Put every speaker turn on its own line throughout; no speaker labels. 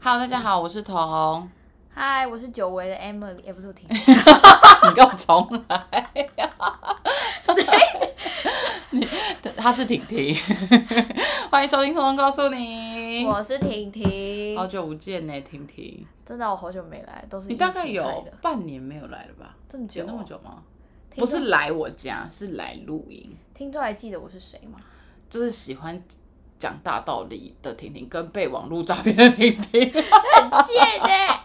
Hello，大家好，我是彤彤。
嗨，我是久违的 Emily，也、不是我 婷，
你给我重来。 你他是婷婷，欢迎收听《彤彤告诉你》。
我是婷婷。
好久不见呢，婷婷。
真的，我好久没来，都是
哦你
疫
大概
情害
有
的
半年没有来了吧？
这么久
有
哦，
那么久吗？
听
不
众
是来我家，是来露营。
听众还记得我是谁 吗？
就是喜欢讲大道理的婷婷，跟被网络诈骗的婷 婷。
很贱哎、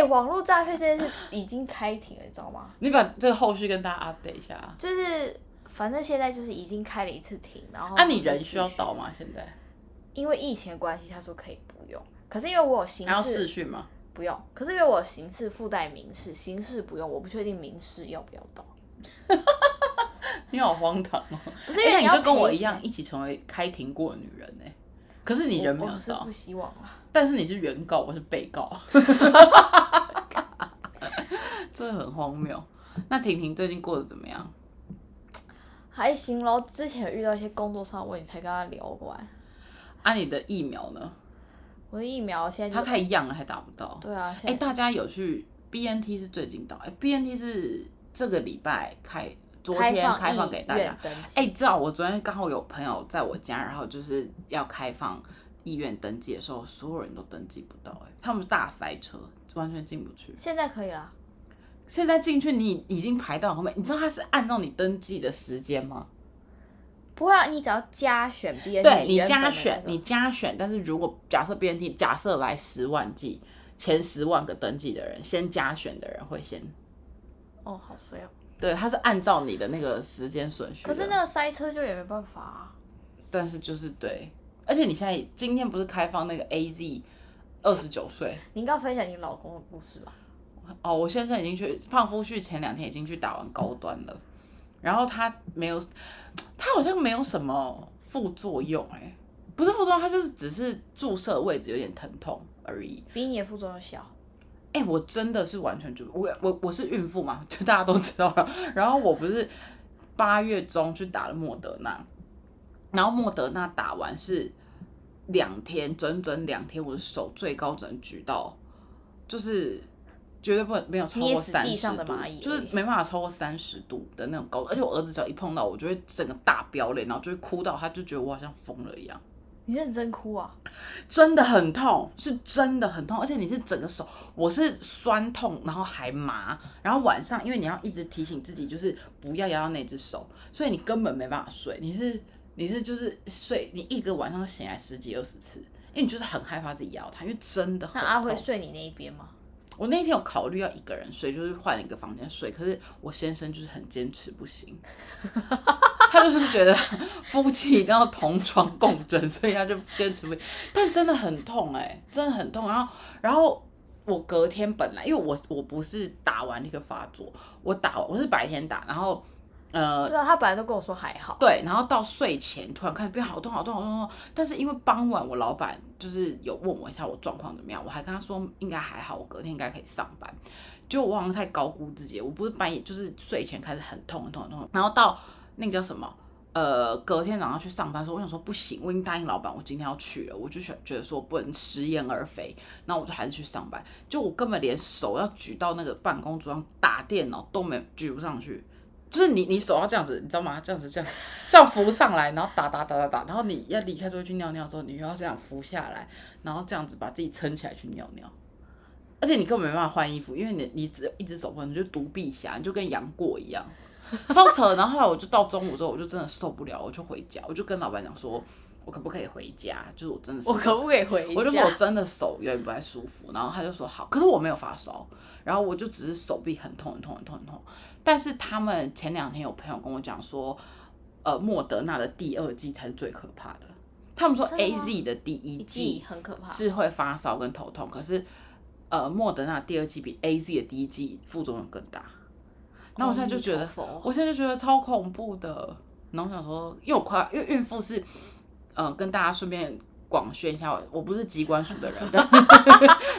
哎、网络诈骗这件事已经开庭了，你知道吗？
你把这个后续跟大家 update 一下啊。
就是反正现在就是已经开了一次庭，然后
那、啊你人需要到？吗？现在
因为疫情的关系，他说可以不用，可是因为我有刑
还要
事
试训吗？
不用，可是因为我有刑事附带民事，刑事不用，我不确定民事要不要到。
你好荒唐哦！
不是因
哎，
为
那
你
你
要
就跟我
赔
一样，
钱，
一起成为开庭过的女人呢、可是你人没
我
有
我是
到
不，希望啊。
但是你是原告，我是被告， 真的很荒谬。那婷婷最近过得怎么样？
还行咯，之前有遇到一些工作上的问题，才跟他聊完。
啊，你的疫苗呢？
我的疫苗现在
她
就
太痒了，还打不到。
对啊，
哎、
现在、
大家有去 BNT 是最近到，哎、b n t 是这个礼拜开，昨
开
天
放
开放
医
给大家
院。登记
哎、你知道我昨天刚好有朋友在我家，然后就是要开放医院登记的时候，所有人都登记不到、哎，他们大塞车，完全进不去。
现在可以啦。
现在进去你已经排到后面，你知道他是按照你登记的时间吗？
不会啊，你只要加选 B N，
对你
原本的
加
那
选，
个
你加选，但是如果假设 BNT 假设来十万剂，前十万个登记的人，先加选的人会先
哦，好衰哦。
对，它是按照你的那个时间顺序的。
可是那个塞车就也没办法啊。
但是就是对，而且你现在今天不是开放那个 A Z 二十九岁
你应该分享你老公的故事吧？
哦，我先生已经去胖夫婿前两天已经去打完高端了，然后他没有，他好像没有什么副作用哎、不是副作用，他就是只是注射的位置有点疼痛而已。
比你的副作用小。
哎、我真的是完全就我我我是孕妇嘛， 就大家都知道了。然后我不是八月中去打了莫德纳，然后莫德纳打完是两天，整整两天，我的手最高只能举到，就是绝对不能没有超过
捏死
三
地
十
上的
度
蚂蚁，
就是没办法超过三十度的那种高度。而且我儿子只要一碰到我，就会整个大飙泪，然后就会哭到，他就觉得我好像疯了一样。
你认真哭啊？
真的很痛，是真的很痛，而且你是整个手，我是酸痛，然后还麻，然后晚上因为你要一直提醒自己，就是不要摇到那只手，所以你根本没办法睡，你是你是就是睡，你一个晚上醒来十几二十次，因为你就是很害怕自己摇它，因为真的很
那
痛。
阿辉睡你那一 边吗？
我那天有考虑要一个人睡，就是换了一个房间睡，可是我先生就是很坚持不行，他就是觉得夫妻一定要同床共枕，所以他就坚持不行。但真的很痛哎、真的很痛。然后，然后我隔天本来因为我我不是打完那个发作，我打完我是白天打，然后呃
对啊，他本来都跟我说还好。
对，然后到睡前突然开始变好痛好痛好痛好痛，但是因为傍晚我老板就是有问我一下我状况怎么样，我还跟他说应该还好，我隔天应该可以上班。就我好像太高估自己，我不是半夜就是睡前开始很痛很痛很痛，然后到那个叫什么呃隔天早上去上班的时候，我想说不行，我已经答应老板我今天要去了，我就想觉得说不能食言而肥，然后我就还是去上班，就我根本连手要举到那个办公桌上打电脑都没举不上去。就是你，你手要这样子，你知道吗？这样子，这样，这样扶上来，然后打打打打打，然后你要离开桌去尿尿之后，你又要这样扶下来，然后这样子把自己撑起来去尿尿。而且你根本没办法换衣服，因为你你只有一只手不能，你就独臂侠，你就跟杨过一样， 超扯。然后后来我就到中午之后，我就真的受不了，我就回家，我就跟老板讲说，我可不可以回家？就是我真的受
我
不了
可不可以回家？
我就说我真的手有点不太舒服，然后他就说好，可是我没有发烧，然后我就只是手臂很痛很痛很痛很痛。但是他们前两天有朋友跟我讲说，呃，莫德纳的第二季才是最可怕的。他们说
真的
A
吗
Z 的第一
一
季
季很可怕。
是会发烧跟头痛，可是呃，莫德纳第二季比 A Z 的第一季副作用更大。那我现在就觉得
阿弥陀佛
我现在就觉得超恐怖的。然后我想说，因为我快，因为孕妇是，呃，跟大家顺便广宣一下，我我不是机关署的 人， 但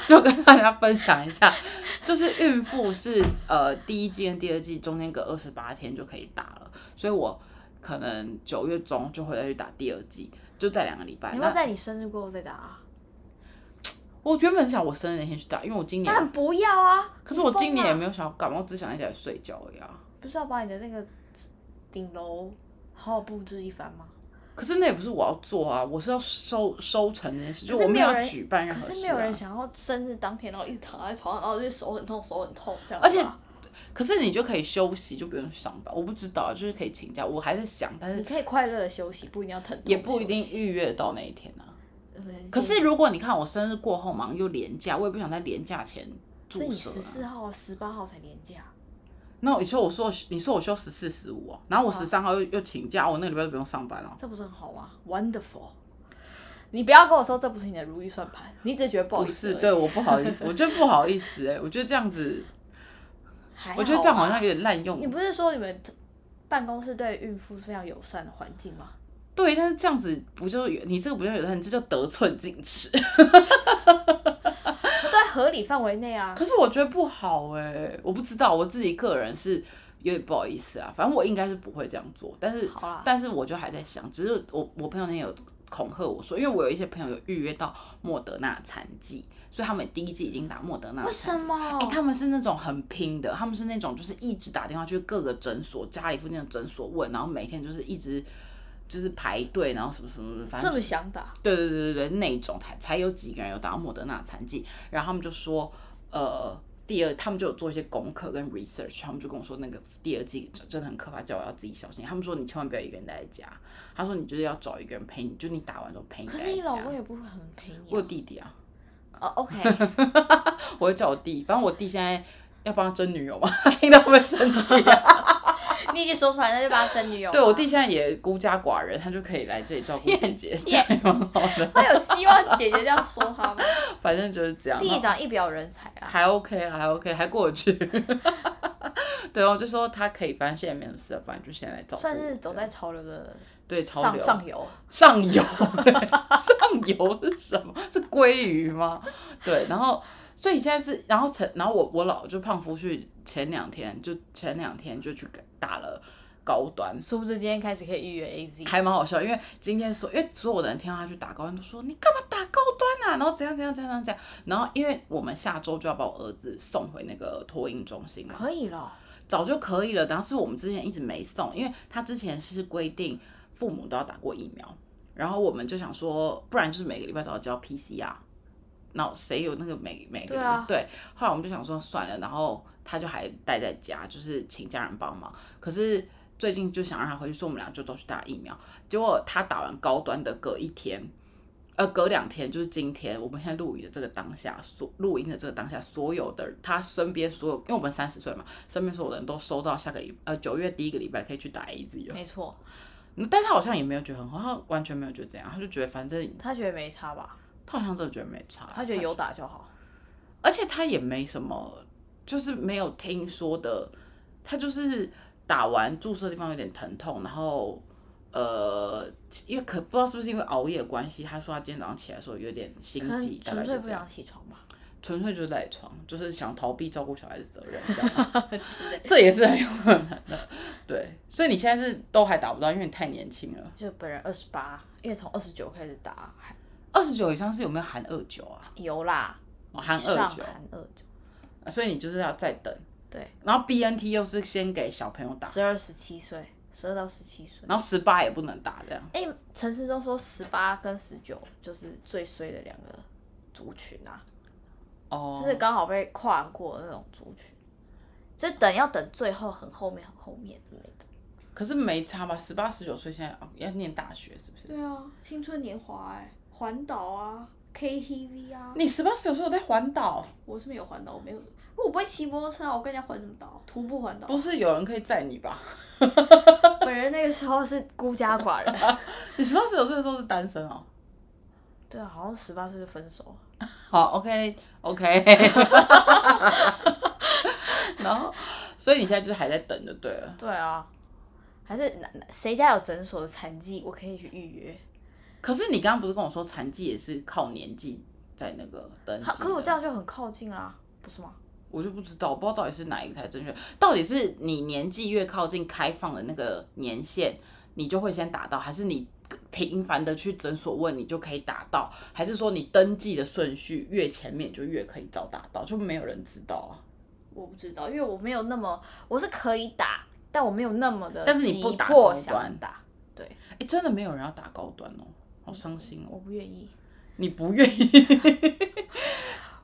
就跟大家分享一下，就是孕妇是呃第一季跟第二季中间隔二十八天就可以打了，所以我可能九月中就会再去打第二季，就在两个礼拜。
你要不
那
要在你生日过后再打啊？
我原本想我生日那天去打，因为我今年，
但不要啊！
可是我今年也没
有，
有想要感冒，只想一起来睡觉而已啊。
不是要把你的那个顶楼好好布置一番吗？
可是那也不是我要做啊，我是要收收成这件事，就
可
我
是没
没
有
有要
人
举办任
可
何事、啊。
是没有人想要生日当天，然后一直躺在床上，然后就手很痛，手很痛这样子啊。
而且可是你就可以休息，就不用上班。我不知道，就是可以请假。我还在想，但
你
是
可以快乐的休息，不一定要疼痛。
也不一定。预约到那一天啊。可是
嗯
如果你看我生日过后忙又连假，我也不想在连假前
所以
注
你
射、
十
啊。
四号、十八号才连假，
那你说我说我你说我休十四十五哦，然后我十三号又又请假，我那个礼拜就不用上班了、哦
这不是很好吗？Wonderful！你不要跟我说这不是你的如意算盘，你只是觉得不好
不
意思而
是，
已。
对我不好意思，我觉得不好意思哎、我觉得这样子，
还啊
我觉得这样好
吧
像有点滥用
你。不是说你们办公室对孕妇是非常友善的环境吗？
对，但是这样子不就有你这个不就有的，你这就得寸进尺。
在合理范围内啊。
可是我觉得不好哎、我不知道我自己个人是有点不好意思啊，反正我应该是不会这样做，但是
好啦
但是我就还在想，只是我我朋友那天有恐吓我说，因为我有一些朋友有预约到莫德纳残疾，所以他们第一季已经打莫德纳的
为
残
什
疾。
么？
哎、他们是那种很拼的，他们是那种就是一直打电话去各个诊所、家里附近的诊所问，然后每天就是一直就是排队，然后什么什么什么，反正
这么想打，
对对对对对，那一种才才有几个人有打到莫德纳残疾，然后他们就说，呃，第二他们就有做一些功课跟 research，他们就跟我说那个第二季真真的很可怕，叫我要自己小心。他们说你千万不要一个人待在家，他说你就是要找一个人陪你，就你打完之后陪你
可
待
是
在
你老公
家。
也不会很陪你、
我有
啊。
弟弟啊，
哦，OK，
我会叫我弟，反正我弟现在要帮他争女友嘛，他 听到会不会生气 啊？
你已经说出来，那就把他真女友吧。
对我弟现在也孤家寡人，他就可以来这里照顾姐 姐，这样也蛮好的。
他有希望姐姐这样说他吗？
反正就是这样。
弟弟长一表人才啦，
还 OK 啊，还 OK，还过得去。 对哦，我就说他可以，反正现在没什么事了，反正就现在来照顾我。
算是走在潮流的
对潮
上
流
上游。
上游 上游是什么？是鲑鱼吗？对，然后所以现在是，然后前然后我我老就胖夫去前两天就前两天就去打了高端，
殊不知今天开始可以预约 AZ，
还蛮好笑，因为今天所因为所有的人听到他去打高端，都说你干嘛打高端啊？然后怎样怎样怎样怎样，然后因为我们下周就要把我儿子送回那个托婴中心嘛，
可以了。
早就可以了，但是我们之前一直没送，因为他之前是规定父母都要打过疫苗，然后我们就想说，不然就是每个礼拜都要交 PCR，那谁有那个每每个礼
对
拜
啊
对，后来我们就想说算了，然后他就还待在家，就是请家人帮忙，可是。最近就想让他回去，所以我们俩就都去打疫苗。结果他打完高端的隔一天，呃，隔两天就是今天，我们现在录影的这个当下，所录音的这个当下，所有的他身边所有，因为我们三十岁嘛，身边所有人都收到下个礼呃九月第一个礼拜可以去打 A Z 了，
没错，
嗯但他好像也没有觉得很好，他完全没有觉得怎样，他就觉得反正
他觉得没差吧？
他好像真的觉得没差，
他觉得有打就好。
而且他也没什么，就是没有听说的，他就是打完注射地方有点疼痛，然后呃，因为可不知道是不是因为熬夜的关系，他说他今天早上起来的时候有点心
可能
悸，大概
纯粹
就
不
这样，
想起床吧，
纯粹就是赖床，就是想逃避照顾小孩的责任，这样
之类。
这也是很有可能的，对，所以你现在是都还打不到，因为你太年轻了，
就本人二十八，因为从二十九开始打，还
二十九以上是有没有含二九啊？
有啦，
哦，含
上
二九，
含二九，
所以你就是要再等，
对，
然后 BNT 又是先给小朋友打。
十二十七岁，十二到十七岁。
然后十八也不能打这样。
哎、陈市中说十八跟十九就是最衰的两个族群啊，
哦
就是刚好被跨过的那种族群，就等要等最后很后面很后面之类的。
可是没差吧？十八、十九岁现在哦要念大学是不是？
对啊，青春年华哎、环岛啊，KTV 啊，
你十八、十九岁有在环岛，
我是没有环岛，我没有，我不会骑摩托车啊，我跟人家环什么岛？徒步环岛
不是有人可以载你吧？
本人那个时候是孤家寡人。
你十八、十九岁的时候是单身哦。
对啊，好像十八岁就分手了。
好，OK OK。然后，所以你现在就是还在等就对了。
对啊，还是哪哪谁家有诊所的残疾，我可以去预约。
可是你刚刚不是跟我说残疾也是靠年纪在那个登记
好，
的？
可是我这样就很靠近啦，不是吗？
我就不知道，我不知道到底是哪一个才正确。到底是你年纪越靠近开放的那个年限，你就会先打到，还是你频繁的去诊所问你就可以打到，还是说你登记的顺序越前面就越可以早打到？就没有人知道啊。
我不知道，因为我没有那么，我是可以打，但我没有那么的，
但是你不打高
迫
端
想打，
哎、真的没有人要打高端哦，好伤心哦。
我不愿意，
你不愿意，
我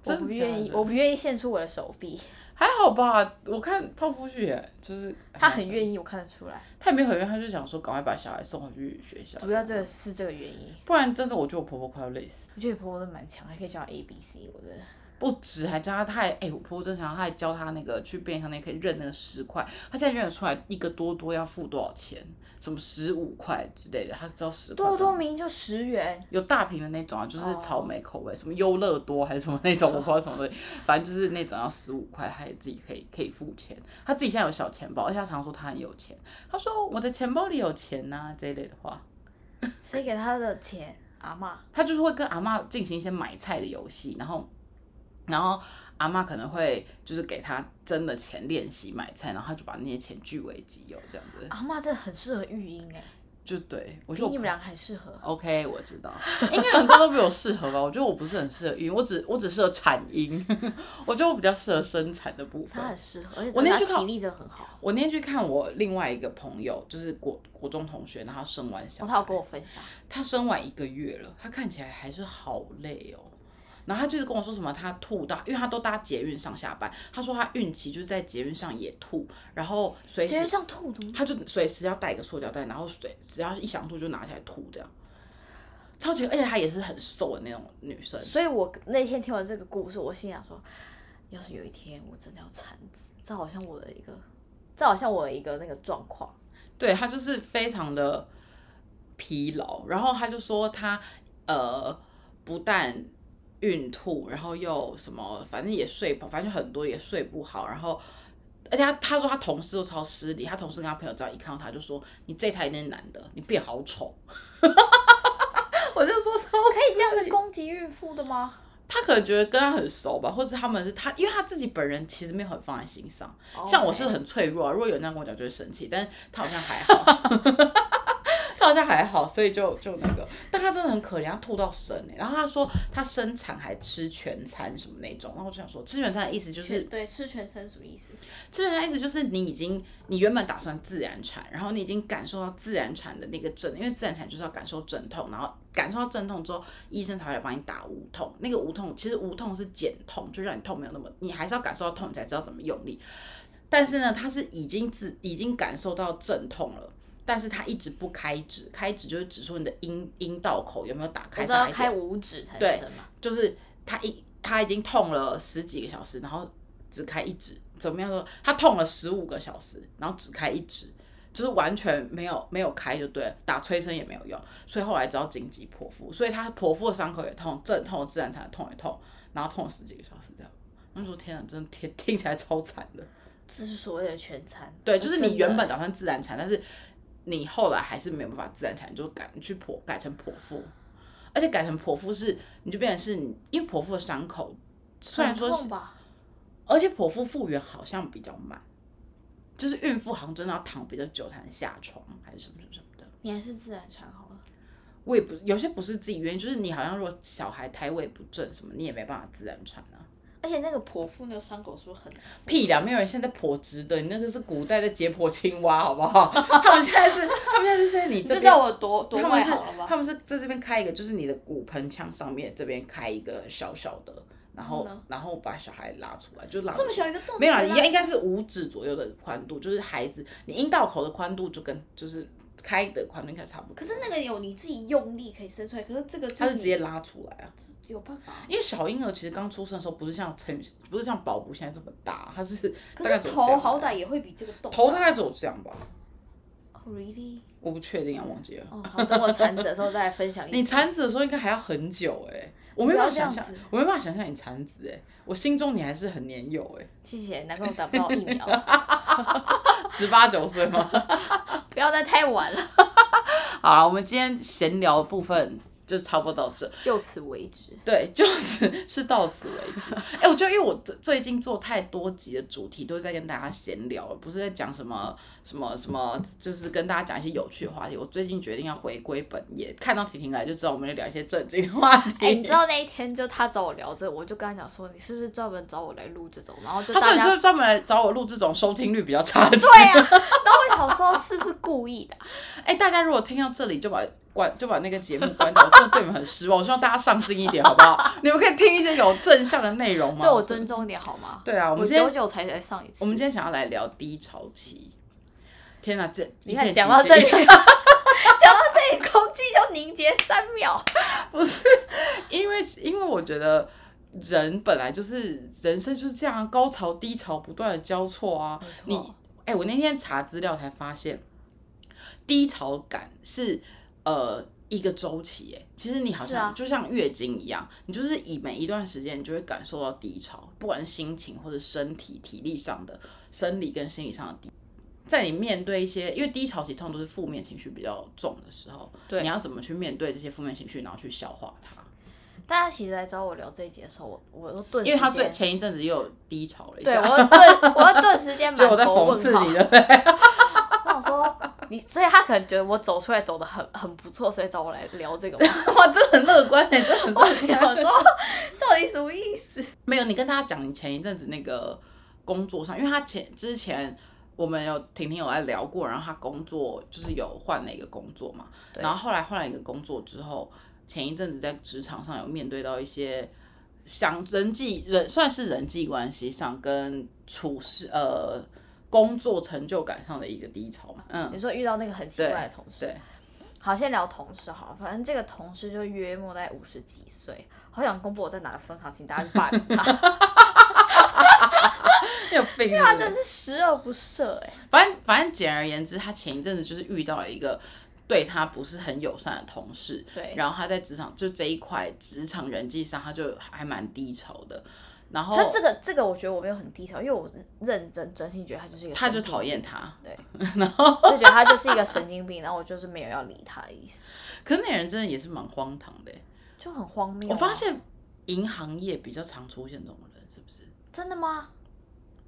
真
不
的假
愿意，
的
我不愿意献出我的手 臂。
还好吧？我看胖夫婿耶就是
他很
意，
愿意，我看得出来，
他也没有很愿意，他就想说赶快把小孩送回去学校。
主要这个是这个原因。
不然真的我觉得我婆婆快要累死，
我觉得你婆婆真的蛮强，还可以教她 A B C，我真的。
不止还教她，她还哎、我婆婆真的想她还教她那个去便利商店可以认那个十块，她现在认得出来一个多多要付多少钱，什么十五块之类的，她知道十块。
多多明明就十元，
有大瓶的那种啊，就是
哦
草莓口味什么优乐多还是什么那种，我不知道什么东西，反正就是那种要十五块，她也自己可以可以付钱。她自己现在有小钱包，而且她常说她很有钱，她说我的钱包里有钱呐、这一类的话。
谁给她的钱？阿嬷。
他就是会跟阿嬷进行一些买菜的游戏，然后，然后阿嬷可能会就是给他真的钱练习买菜，然后他就把那些钱据为己有，这样子
阿嬷真的很适合育婴哎、
就对我
比
就
你们俩还适合。
OK，我知道，应该很多都比我适合吧。我觉得我不是很适合孕，我只我只适合产音，我觉得我比较适合生产的部分
她。很适合，而且
我那天
她
去看
体力真的很好。
我那天去看我另外一个朋友，就是国国中同学，然后生完小
哦，
孩，
她有跟我分享，
她生完一个月了，她看起来还是好累哦。然后她就是跟我说什么，她吐到，因为她都搭捷运上下班，她说她孕期就是在捷运上也吐，然后随
觉得
时
像兔毒。
她就随时要带一个塑胶袋，然后随只要一想吐就拿起来吐这样。超级，而且她也是很瘦的那种女生，
所以我那天听完这个故事，我心想说，要是有一天我真的要产子，这好像我的一个，这好像我的一个那个状况。
对她就是非常的疲劳，然后她就说她呃不但孕吐，然后又什么，反正也睡不，反正就很多也睡不好，然后。而且她她说她同事都超失礼，她同事跟她朋友只要一看到她就说：“你这台一定是男的，你变好丑。” 我就说超
可以这样子攻击孕妇的吗？
他可能觉得跟他很熟吧，或者他们是他，因为他自己本人其实没有很放在心上。
哦
像我是
OK
很脆弱、啊，如果有人这样跟我讲，就会生气，但是他好像还好， 他好像还好，所以就就那个，但他真的很可怜，他吐到生、欸、然后他说他生产还吃全餐什么那种，然后我就想说，吃全餐的意思就是
全对吃全称什么意思？
自然意思就是你已经你原本打算自然产，然后你已经感受到自然产的那个阵，因为自然产就是要感受阵痛，然后感受到阵痛之后，医生才会来帮你打无痛。那个无痛其实无痛是减痛，就让你痛没有那么，你还是要感受到痛，你才知道怎么用力。但是呢，他是已经自已经感受到阵痛了。但是他一直不开指，开指就是指出你的阴阴道口有没有打
我
开，
知道
打
要
一
开
点
五指才
对
能生嘛。
就是他一他已经痛了十几个小时，然后只开一指，怎么样说？他痛了十五个小时，然后只开一指，就是完全没有没有开就对了，打催生也没有用，所以后来只好紧急剖腹，所以他剖腹的伤口也痛，阵痛自然产的痛也痛，然后痛了十几个小时这样。那时候天啊，真的听听起来超惨的。
这是所谓的全餐。
对，就是
真
你
的
原本打算自然产，但是你后来还是没有办法自然产，你就改你去剖改成剖腹，而且改成剖腹是你就变成是你，因为剖腹的伤口虽然
很
说
痛
是，
吧，
而且剖腹复原好像比较慢，就是孕妇好像真的要躺比较久才能下床，还是什么什么什么的。
你还是自然产好了。
我也不有些不是自己原因，就是你好像如果小孩胎位不正什么，你也没办法自然产啊。
而且那个剖腹那个伤口是不是很？
屁啦，没有人现在剖直的，你那个是古代的解剖青蛙，好不好？ 他们现在是，他们现在是在你
你
这边
就知道我多多
他
外
们是
行了吧？
他们是在这边开一个，就是你的骨盆腔上面这边开一个小小的，然后
然嗯后呢
然后把小孩拉出来，就拉
这么小一个洞，啊
没有啦，
你
应
拉
该应该是五指左右的宽度，就是孩子你阴道口的宽度就跟就是开的宽度应该差不多。
可是那个有你自己用力可以生出来，可是这个就
他是
你
直接拉出来啊，
有办法。
因为小婴儿其实刚出生的时候不是像成不是像宝宝现在这么大，他是
可
大概走
是
这
头
样
好
吧
歹也会比这个啊洞吧。
头大概只有这样吧，
Oh, really？
我不确定啊，忘记了。
哦，好，等我产子的时候再来分享一集。
哎你产子的时候应该还要很久哎、我
你
没办
不要
法想
这
象
样子，
我没办法想象你产子哎、我心中你还是很年幼哎、
谢谢，难怪我打不到疫苗，
十八九岁吗？
不要再太晚了。
啊好啦，我们今天闲聊的部分就差不多到这。
就此为 止。
对，就是是到此为止。 哎、我觉得因为我最最近做太多集的主题都是在跟大家闲聊，而不是在讲什么什么什么，就是跟大家讲一些有趣的话题。我最近决定要回归本业，看到婷婷来就知道我们在聊一些正经的话题。
哎、你知道那一天就他找我聊这，我就跟他讲说，你是不是专门找我来录这种？然后就
他说
大
你
家
是不是专门来找我录这种收听率比较差的节目？
对啊，然后我想说是不是故意 的啊、
哎、大家如果听到这里就把关就把那个节目关掉，我真的对你们很失望。我希望大家上进一点，好不好？你们可以听一些有正向的内容吗？
对我尊重一点好吗？
对啊，我
我
们今
久
天
久才来上一次。
我们今天想要来聊低潮期。天哪、这
你
一
看
片
讲到
寂
这
静
里， 讲到这里，空气就凝结三秒。
因为因为我觉得人本来就是人生就是这样，啊高潮低潮不断的交错啊。你哎、我那天查资料才发现，低潮感是呃一个周期、哎，其实你好
是
像、
啊
就像月经一样，你就是以每一段时间，你就会感受到低潮，不管是心情或者身体体力上的、生理跟心理上的低。在你面对一些，因为低潮期通常都是负面情绪比较重的时候，
对
你要怎么去面对这些负面情绪，然后去消化它？
大家其实来找我聊这一节的时候，我我都顿时
因为他
间
最前一阵子又有低潮了一
对
下，
我顿我要顿时间满
就我在
头
讽
问
刺
号
你。 的，
我想说你，所以他可能觉得我走出来走的很很不错，所以找我来聊这 个嘛。
哇，真的很乐观哎、真的很乐
我
观。
想说，到底什么意思？
没有，你跟大家讲你前一阵子那个工作上，因为他前之前我们有婷婷有来聊过，然后他工作就是有换了一个工作嘛，
对
然后后来换了一个工作之后，前一阵子在职场上有面对到一些相人际人算是人际关系上跟处事呃工作成就感上的一个低潮嘛，嗯，
你说遇到那个很奇怪的同事，
对，
好，先聊同事好了。反正这个同事就约莫在五十几岁，好想公布我在哪个分行，请大家去 霸凌他，
你有病
因为他
对不对
真是十恶不赦哎、
反正反正简而言之，他前一阵子就是遇到了一个对他不是很友善的同事，
对
然后他在职场就这一块职场人际上，他就还蛮低潮的，然后
他这个这个我觉得我没有很低潮，因为我认真真心觉得他就是一个
他就
神经
讨厌他，
对，然后就觉得他就是一个神经病，然后我就是没有要理他的意思，
可是那人真的也是蛮荒唐的耶，欸
就很荒谬啊、
我发现银行业比较常出现这种人，是不是？
真的吗？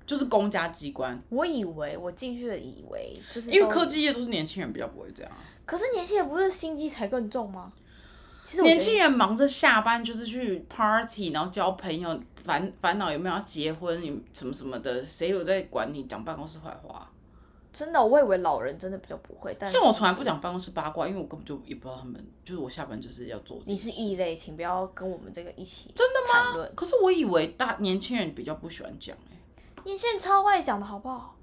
就是公家机关，
我以为我进去了，以为就是
因为
都
科，技业都是年轻人比较不会这样啊，
可是年轻人不是心机才更重吗？其实我觉得
年轻人忙着下班就是去 party，然后交朋友，烦烦恼有没有要结婚，你什么什么的，谁有在管你讲办公室坏话啊、
真的，我以为老人真的比较不会，但
像我从来不。讲办公室八卦，因为我根本就也不知道他们，就是我下班就是要做这
你
件事。
是异类，请不要跟我们这个一起真的吗？谈论
可是我以为大年轻人比较不喜欢讲哎、
年轻人超爱讲的好不好？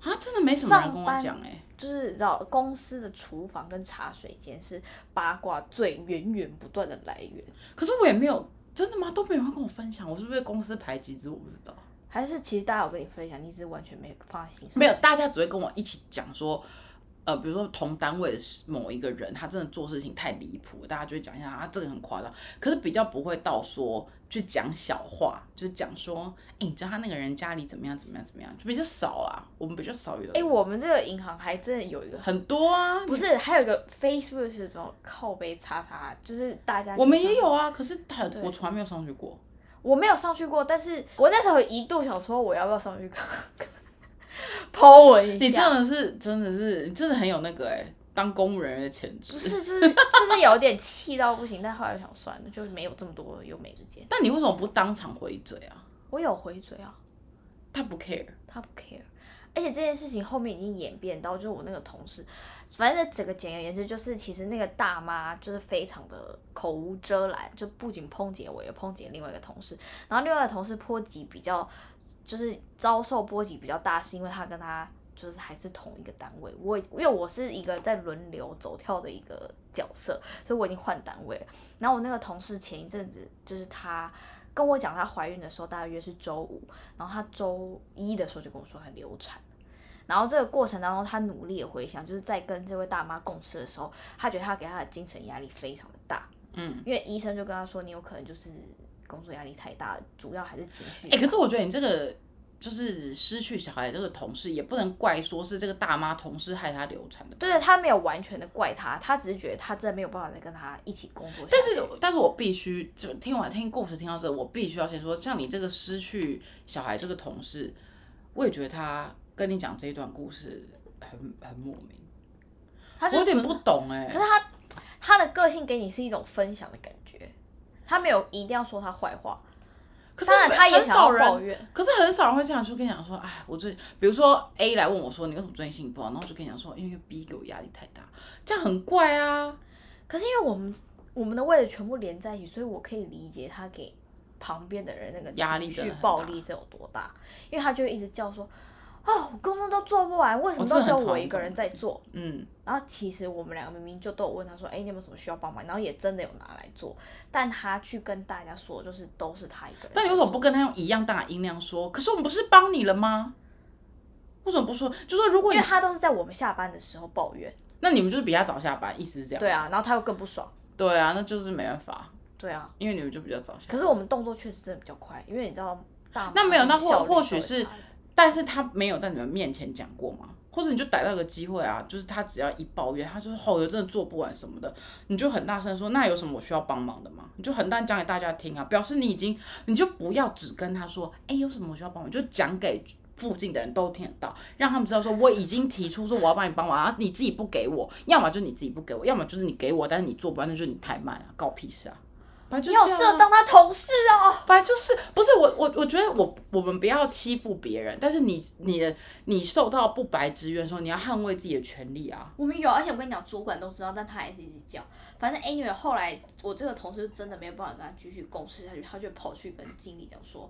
啊，真的没什么人
上
跟我
班
讲哎、
就是你知道公司的厨房跟茶水间是八卦最源源不断的来源，
可是我也没有真的吗？都没有人跟我分享，我是不是被公司排挤？只是我不知道。
还是其实大家有跟你分享，你只是完全没有放在心上。
没有，大家只会跟我一起讲说，呃，比如说同单位的某一个人，他真的做事情太离谱，大家就会讲一下啊，这个很夸张。可是比较不会到说去讲小话，就是讲说，哎、你知道他那个人家里怎么样怎么样怎么样，就比较少啊。我们比较少遇到。
哎、我们这个银行还真的有一个很，
很多啊，
不是还有一个 Facebook 是什么靠背叉叉，就是大家
我们
有。
也有啊，可是很
对
我从来没有上去过。
我没有上去过，但是我那时候一度想说我要不要上去看 看，抛文一下。
你真的是真的是你真的很有那个哎、当公务人员的潜质
不。是就是就是有点气到不行，但后来想算了，就没有这么多优美之间。
但你为什么不当场回嘴啊？
我有回嘴啊，
他不 care，
他不 care。而且这件事情后面已经演变到，就是我那个同事，反正整个简而言之就是，其实那个大妈就是非常的口无遮拦，就不仅抨击我，也抨击另外一个同事。然后另外一个同事波及比较，就是遭受波及比较大，是因为他跟他就是还是同一个单位。我因为我是一个在轮流走跳的一个角色，所以我已经换单位了。然后我那个同事前一阵子就是她跟我讲她怀孕的时候，大约是周五，然后她周一的时候就跟我说她流产了。然后这个过程当中，她努力的回想，就是在跟这位大妈共事的时候，她觉得她给她的精神压力非常的大，
嗯，
因为医生就跟她说，你有可能就是工作压力太大，主要还是情绪。
欸哎、可是我觉得你这个就是失去小孩这个同事，也不能怪说是这个大妈同事害她流产的。
对他没有完全的怪他，他只是觉得他真的没有办法再跟他一起工作下去。
但是，但是我必须就听完听故事听到这，我必须要先说，像你这个失去小孩这个同事，我也觉得他跟你讲这一段故事很很莫名，
他
我
就
有点
纯
不懂哎、
可是他他的个性给你是一种分享的感觉，他没有一定要说他坏话，
可是
当然他也
很
想
少
要
人
抱怨。
可是很少人会这样就跟你讲说，哎，我最比如说 A 来问我说你为什么最近心情不好，然后我就跟你讲说，因为 B 给我压力太大，这样很怪啊。
可是因为我们我们的位置全部连在一起，所以我可以理解他给旁边的人那个
压力
情
真的
绪
很
暴
大
力是有多大，因为他就会一直叫说：“哦，我工作都做不完，为什么
我
都
真的
只有
很讨
我
厌
一个
这
人
种
在做？”
嗯，
然后其实我们两个明明就都有问他说：“哎、你有没有什么需要帮忙？”然后也真的有拿来做，但他去跟大家说，就是都是他一个人。
那你为什么不跟他用一样大的音量说？可是我们不是帮你了吗？为什么不说？就说如果
因
你
为，他都是在我们下班的时候抱怨，
那你们就是比他早下班，意思是这样。
对，啊，然后他又更不爽，
对啊，那就是没办法，
对啊。
因为你们就比较早下班。
可是我们动作确实真的比较快，因为你知道大
那
麻
没有那
效
或
率
或
稍
许
微
是
差一点
但是他没有在你们面前讲过吗？或者你就逮到一个机会啊，就是他只要一抱怨，他哦就是吼，我真的做不完什么的，你就很大声说，那有什么我需要帮忙的吗？你就很大声讲给大家听啊，表示你已经，你就不要只跟他说，哎、有什么我需要帮忙，你就讲给附近的人都听得到，让他们知道说我已经提出说我要帮你帮忙，啊，你自己不给我，要么就你自己不给我，要么就是你给我，但是你做不完，那就是你太慢了、搞屁事啊！反正
你
就
有
这样
适
啊
合当他同事哦。
反正就是不是我我我觉得我我们不要欺负别人，但是你你的你受到不白之冤的时候，你要捍卫自己的权利啊。
我们有，而且我跟你讲，主管都知道，但他还是一直叫。反正 anyway，后来我这个同事就真的没有办法跟他继续共事下去，他就跑去跟经理讲说，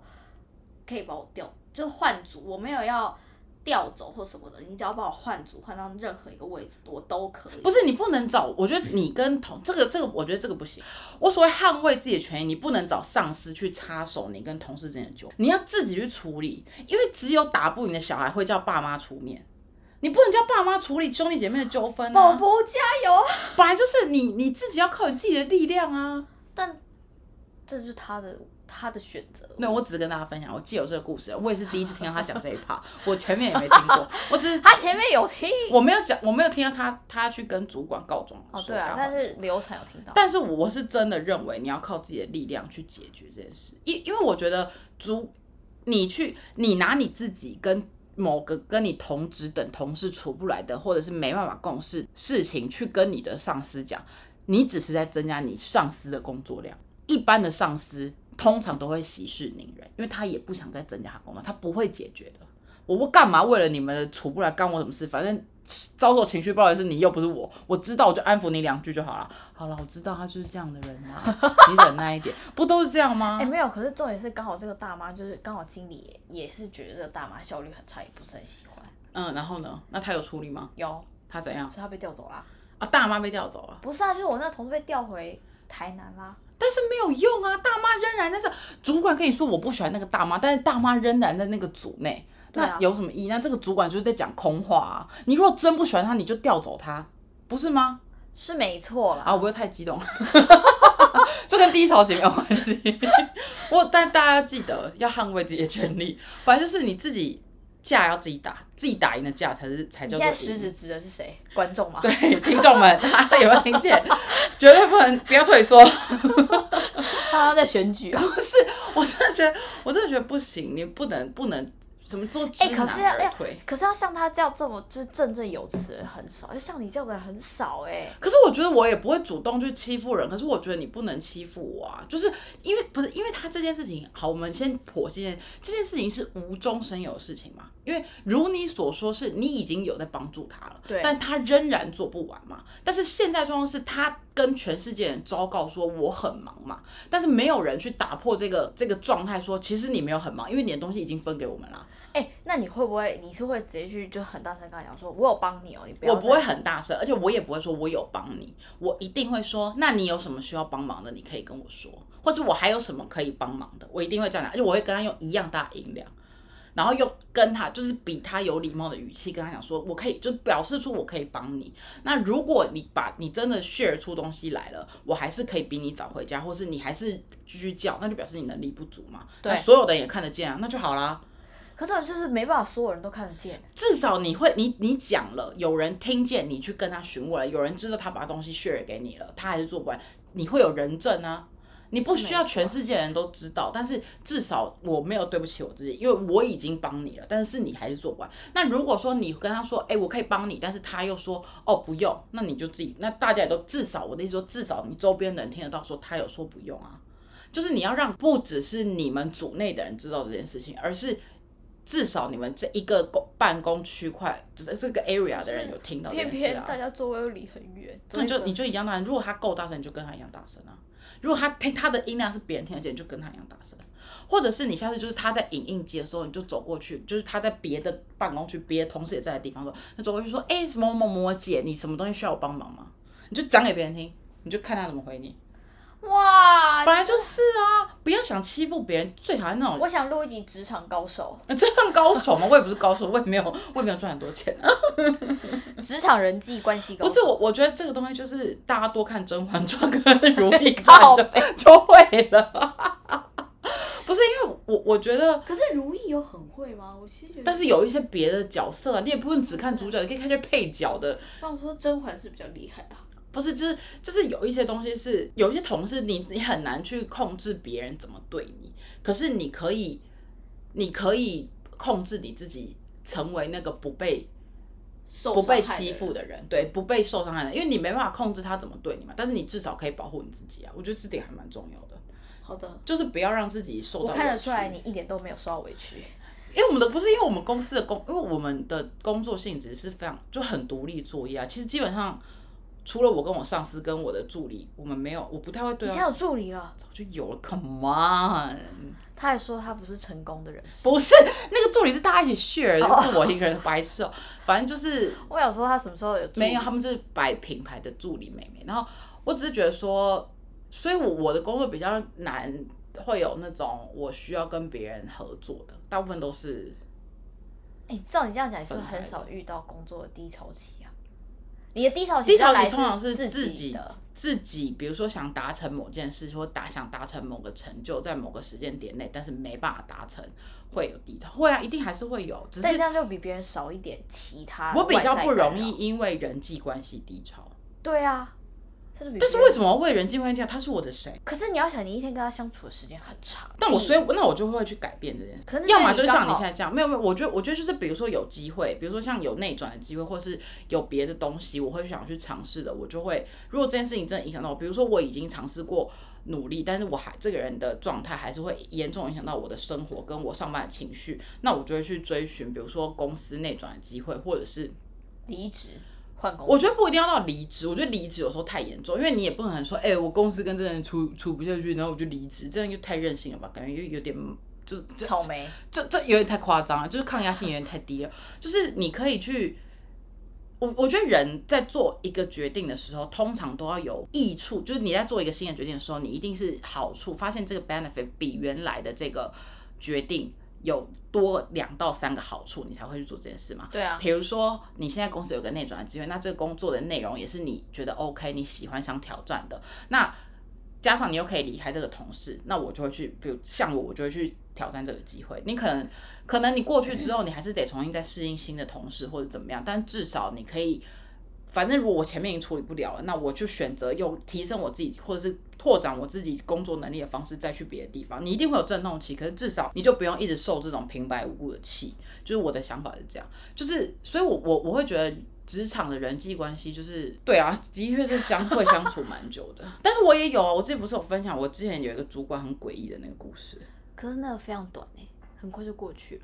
可以把我调，就换组，我没有要调走或什么的，你只要把我换组，换到任何一个位置，我都可以。
不是你不能找，我觉得你跟同这个这个，我觉得这个不行。我所谓捍卫自己的权益，你不能找上司去插手你跟同事之间的纠纷，你要自己去处理，因为只有打不赢的小孩会叫爸妈出面。你不能叫爸妈处理兄弟姐妹的纠纷
宝
啊！
宝加油！
本来就是你你自己要靠你自己的力量啊！
但这就是他的他的选择。
那我只是跟大家分享，我既有这个故事，我也是第一次听到他讲这一趴，我前面也没听过，我只是
他前面有听
我没有讲，我没有听到他他去跟主管告状
哦，
说
对
他
啊
要，还
但是流程有听到。
但是我是真的认为你要靠自己的力量去解决这件事，因因为我觉得主你去你拿你自己跟某个跟你同职等同事处不来的，或者是没办法共事事情去跟你的上司讲，你只是在增加你上司的工作量。一般的上司通常都会息事宁人，因为他也不想再增加他工作，他不会解决的。我我干嘛为了你们的处不来干我什么事？反正遭受情绪暴力是你，又不是我。我知道，我就安抚你两句就好了。好了，我知道他就是这样的人啊，你忍耐一点，不都是这样吗
哎、？没有，可是重点是刚好这个大妈就是刚好经理也也是觉得这个大妈效率很差，也不是很喜欢。
嗯，然后呢？那他有处理吗？
有，
他怎样
所以她被调走啦。
啊？大妈被调走了，
不是啊，就是我那同事被调回台南啦。
但是没有用啊！大妈仍然在这。主管跟你说我不喜欢那个大妈，但是大妈仍然在那个组内，
对啊
那有什么意义？那这个主管就是在讲空话啊！你如果真不喜欢他，你就调走他，不是吗？
是没错啦，
啊，我又太激动， 这跟低潮期没有关系。我但大家要记得要捍卫自己的权利，反正就是你自己架要自己打，自己打赢的架才是才
你
叫做
现在
赢。
食指指的是谁？观众吗？
对，听众们，大家有没有听见？绝对不能不要退缩。
他要在选举 啊。
不是，我真的觉得，我真的觉得不行，你不能不能怎么做知
哎可
难
是要
而退。
可是要像他这样这么就是振振有词的人很少，就像你这样的人很少哎、
可是我觉得我也不会主动去欺负人，可是我觉得你不能欺负我啊，就是因为不是因为他这件事情，好，我们先剖析一下这件事情是无中生有的事情嘛，因为如你所说是你已经有在帮助他了，
对
但他仍然做不完嘛，但是现在状况是他跟全世界人昭告说我很忙嘛，但是没有人去打破这个这个状态说其实你没有很忙，因为你的东西已经分给我们了。
哎、那你会不会你是会直接去就很大声跟他讲说，我有帮你哦、你不要
我
再
不会很大声，而且我也不会说我有帮你，我一定会说，那你有什么需要帮忙的，你可以跟我说，或者我还有什么可以帮忙的，我一定会这样讲，而且我会跟他用一样大的音量，然后用跟他就是比他有礼貌的语气跟他讲说，我可以就表示出我可以帮你。那如果你把你真的 share 出东西来了，我还是可以比你早回家，或是你还是继续叫，那就表示你能力不足嘛。
对
那所有的人也看得见啊，那就好啦。
可这种就是没办法，所有人都看得见。
至少你会，你你讲了，有人听见，你去跟他询问了，有人知道他把东西 share 给你了，他还是做不完，你会有人证啊。你不需要
是没错
全世界的人都知道，但是至少我没有对不起我自己，因为我已经帮你了，但是你还是做不完。那如果说你跟他说，哎、我可以帮你，但是他又说，哦，不用，那你就自己，那大家也都至少我的意思说，至少你周边的人听得到，说他有说不用啊，就是你要让不只是你们组内的人知道这件事情，而是。至少你们这一个公办公区块，这这个 area 的人有听到这
偏
件事
偏
啊。
大家座位又离很远，
那你
坐
就
一个
你就一样大声，如果他够大声，你就跟他一样大声啊。如果他听他的音量是别人听得见，你就跟他一样大声。啊或者是你下次就是他在影印机的时候，你就走过去，就是他在别的办公区、别的同事也在的地方说，你走过去说，哎、什么某某某姐，你什么东西需要我帮忙吗？你就讲给别人听，你就看他怎么回你。
哇！
本来就是啊，不要想欺负别人，最讨厌那种
我想录一集职场高手，
这算高手吗？我也不是高手，我也没有，我也没有赚很多钱 啊。
职场人际关系高
不
手。
是我，我觉得这个东西就是大家多看《甄嬛传》跟《如懿 传
靠》
就就会了。 不是因为我，我觉得，
可是如意有很会吗？我其实觉得，
但是有一些别的角色啊，你也不用只看主角，你可以看一些配角的。
那我说甄嬛是比较厉害啊啦。
不是，就是就是有一些东西是有一些同事你，你很难去控制别人怎么对你，可是你可以，你可以控制你自己，成为那个不被
受
不被
伤害的
欺
人
负的人，对，不被受伤害的人，因为你没办法控制他怎么对你嘛，但是你至少可以保护你自己啊，我觉得这点还蛮重要的，
好的，
就是不要让自己受到。
我看得出来你，一点都没有受到委屈。
因为我们的不是因为我们公司的工，因为我们的工作性质是非常就很独立作业啊，其实基本上除了我跟我上司跟我的助理，我们没有，我不太会对
你现
他
在有助理了，
早就有了，Come on，
他还说他不是成功的人士。
不是那个助理是大家一起 share，的是我一个人白痴哦、反正就是
我想说他什么时候有助理
没有，他们是摆品牌的助理妹妹。然后我只是觉得说，所以我我的工作比较难，会有那种我需要跟别人合作的，大部分都是
哎、照你这样讲，你是不是很少遇到工作的低潮期啊？你的低潮期
低潮
哦是来
期，
自
通常是
自
己
的，
自己，比如说想达成某件事，或达想达成某个成就，在某个时间点内，但是没办法达成，会有低潮，会啊，一定还是会有，只
但
是
这样就比别人少一点其他。
我比较不容
哦
易。因为人际关系低潮。
啊对啊，这就比别人
但是为什么为人际关系低潮？他是我的谁？
可是你要想，你一天跟他相处的时间很长。
但我所
以
以那我就会去改变这件事，
可是
要么
所以
就
你
是像
刚
你
好
现在这样，没有没有，我觉得我觉得就是比如说有机会，比如说像有内转的机会，或是有别的东西，我会想去尝试的，我就会如果这件事情真的影响到我，比如说我已经尝试过努力，但是我还这个人的状态还是会严重影响到我的生活跟我上班的情绪，那我就会去追寻，比如说公司内转的机会，或者是
离职换工作，
我觉得不一定要到离职，我觉得离职有时候太严重，因为你也不可能说，哎、我公司跟这个人处处不下去，然后我就离职，这样又太任性了吧？感觉又有点就是这
草莓
这这有点太夸张了，就是抗压性有点太低了。就是你可以去，我我觉得人在做一个决定的时候，通常都要有益处，就是你在做一个新的决定的时候，你一定是好处，发现这个 benefit 比原来的这个决定有多两到三个好处，你才会去做这件事嘛。
对啊，
比如说，你现在公司有个内转的机会，那这个工作的内容也是你觉得 OK，你喜欢想挑战的，那加上你又可以离开这个同事，那我就会去，比如像我，我就会去挑战这个机会。你可能可能你过去之后，你还是得重新再适应新的同事或者怎么样，但至少你可以。反正如果我前面已经处理不了了，那我就选择用提升我自己或者是拓展我自己工作能力的方式再去别的地方。你一定会有阵痛期，可是至少你就不用一直受这种平白无故的气。就是我的想法是这样，就是所以我，我我会觉得职场的人际关系就是对啊，的确是相会相处蛮久的。但是我也有啊，我之前不是有分享，我之前有一个主管很诡异的那个故事，
可是那个非常短哎、很快就过去了。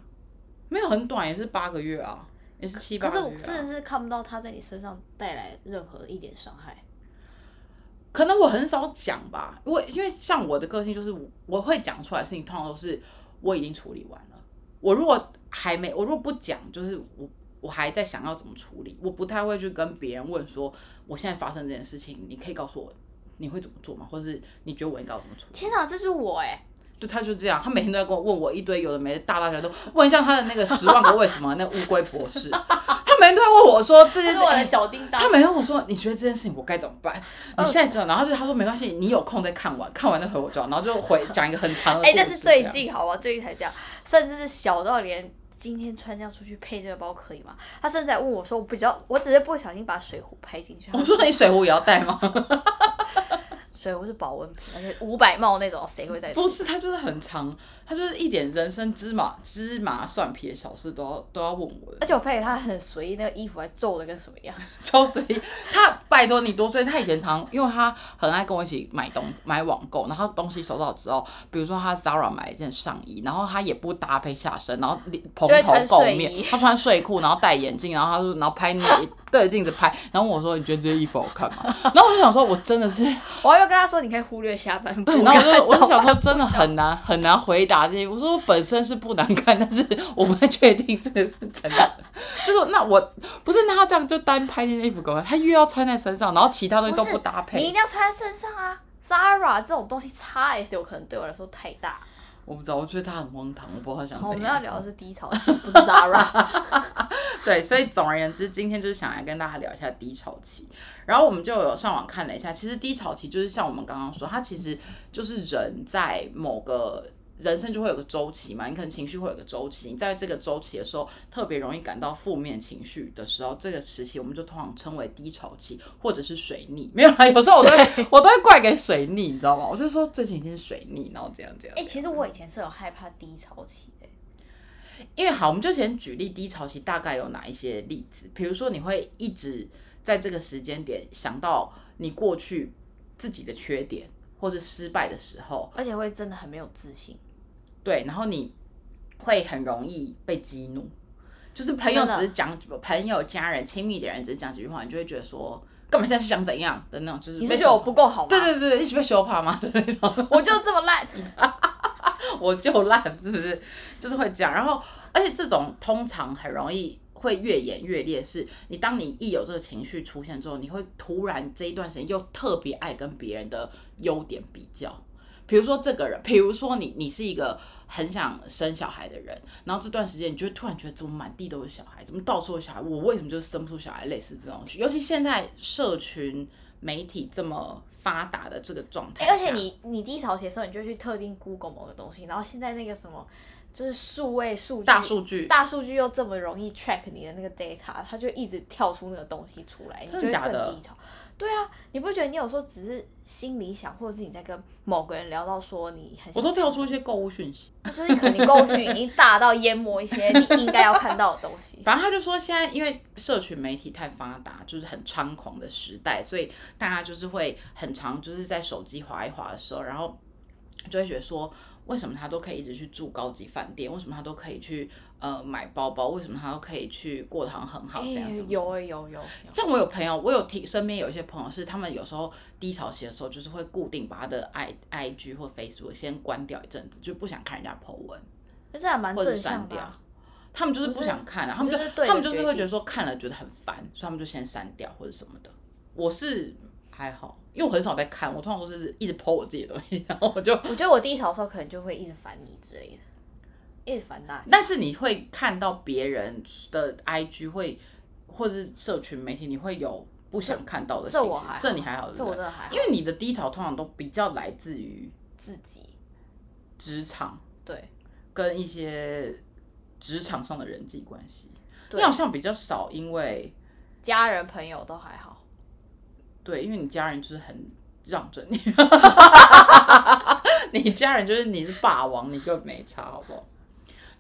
没有很短，也是八个月啊，也是七八
可是
个
我
月、啊。
真的是看不到他在你身上带来任何一点伤害。
可能我很少讲吧，我因为像我的个性就是我我会讲出来的事情，通常都是我已经处理完了。我如果还没，我如果不讲，就是我我还在想要怎么处理，我不太会去跟别人问说我现在发生这件事情，你可以告诉我你会怎么做吗？或是你觉得我应该要怎么处理？
天哪，这就是我哎、
就他就这样，他每天都在跟我问我一堆有的没的，大大小小都问像他的那个十万个为什么那乌龟博士，他每天都在问我说这
这
件事
是我的
情
小叮当
他。每天问我说：“你觉得这件事情我该怎么办？你现在知道。”然后就他说：“没关系，你有空再看完，看完再回我就好。”然后就回讲一个很长的故
哎、
事。
但是最
这样
近好吧，最近才这样，甚至是小到连今天穿这样出去配这个包可以吗？他甚至还问我说，我比较，我只是不小心把水壶拍进去。他
我说你水壶也要带 吗？
水壶是保温瓶，而且五百帽那种，谁会带？
不是，他就是很长，他就是一点人生芝麻芝麻蒜皮的小事都要都要问我的，
而且我配给他很随意，那个衣服还皱的跟什么一样。
超随意。他拜托你多所以他以前常，因为他很爱跟我一起买东买网购，然后东西收到之后，比如说他 Zara 买了一件上衣，然后他也不搭配下身，然后脸蓬
会
头
穿
垢
睡
面
衣，
他穿睡裤，然后戴眼镜，然后他说，然后拍那对着镜子拍，然后问我说你觉得这件衣服好看吗？ 然后我就想说，我真的是。
我还要跟他说，你可以忽略下半部。
对，然后我就我就
不要
想说，真的很难很难回答这些。我说我本身是不难看，但是我不太确定这个是真的。就是那我不是那他这样就单拍那件衣服给我看，他又要穿在身上，然后其他东西都
是
不搭
你一
配。
定要穿在身上啊！Zara 这种东西 x S 有可能对我来说太大。
我不知道，我觉得他很荒唐，哦我不知道他想
好，我
怎
们要
样。
聊的是低潮期，不是 Zara。
对，所以总而言之，今天就是想来跟大家聊一下低潮期。然后我们就有上网看了一下，其实低潮期就是像我们刚刚说，它其实就是人在某个人生就会有个周期嘛，你可能情绪会有个周期，你在这个周期的时候特别容易感到负面情绪的时候，这个时期我们就通常称为低潮期或者是水逆。没有啦，有时候我都会我都会怪给水逆，你知道吗？我就说最近一定是水逆，然后这样这样。
哎、其实我以前是有害怕低潮期的、
因为好，我们就先举例低潮期大概有哪一些例子，比如说你会一直在这个时间点想到你过去自己的缺点或是失败的时候，
而且会真的很没有自信。
对，然后你会很容易被激怒，就是朋友
真的
只是讲朋友、家人、亲密的人只是讲几句话，你就会觉得说干嘛现在是想怎样的那种，就是
你
被
是觉得我
羞
不够好吗？
嗯对对对，一起被羞怕吗？ 对嗯那种。
我就这么烂。
我就烂，是不是？就是会这样。然后，而且这种通常很容易会越演越烈，是你当你一有这个情绪出现之后，你会突然这一段时间又特别爱跟别人的优点比较。比如说这个人，比如说你，你是一个很想生小孩的人，然后这段时间你就会突然觉得怎么满地都是小孩，怎么到处都是小孩，我为什么就生不出小孩？类似这种，尤其现在社群媒体这么发达的这个状态
哎、
下、
而且你你低潮期的时候，你就去特定 Google 某个东西，然后现在那个什么就是数位数据
大数据
大数据又这么容易 track 你的那个 data，它就一直跳出那个东西出来，你就
真的
会
假的
更低潮。对啊，你不觉得你有时候只是心里想，或者是你在跟某个人聊到说你很想
我都跳出一些购物讯息。。
就是可能购物群已经大到淹没一些你应该要看到的东西
反正他就说，现在因为社群媒体太发达，就是很猖狂的时代，所以大家就是会很常就是在手机划一划的时候，然后就会觉得说，为什么他都可以一直去住高级饭店，为什么他都可以去呃买包包，为什么他都可以去过得好像很 好
哎、
这样子。
有哎、有有有，
像我有朋友，我有听身边有一些朋友是，他们有时候低潮期的时候，就是会固定把他的 i i g 或 facebook 先关掉一阵子，就不想看人家 po 文。
就这还蛮
或者
正
是删
向的
掉
啊、。
他们就是不想看啊，他们就
就是对着
他们就是
决
会
定
觉得说看了觉得很烦，所以他们就先删掉或者什么的。我是还好，因为我很少在看，我通常都是一直 po 我自己的东西，然后我就。
我觉得我低潮的时候可能就会一直烦你之类的，一直烦大家。
但是你会看到别人的 IG 会或者是社群媒体，你会有不想看到的
这
情
这
绪
我还好
这你还好，对
这
不
我
对
真的还好
因为你的低潮通常都比较来自于
自己
职场
对，
跟一些职场上的人际关系，
对
你好像比较少因为。
家人朋友都还好。
对，因为你家人就是很让着你， 你家人就是你是霸王，你根本没差，好不好？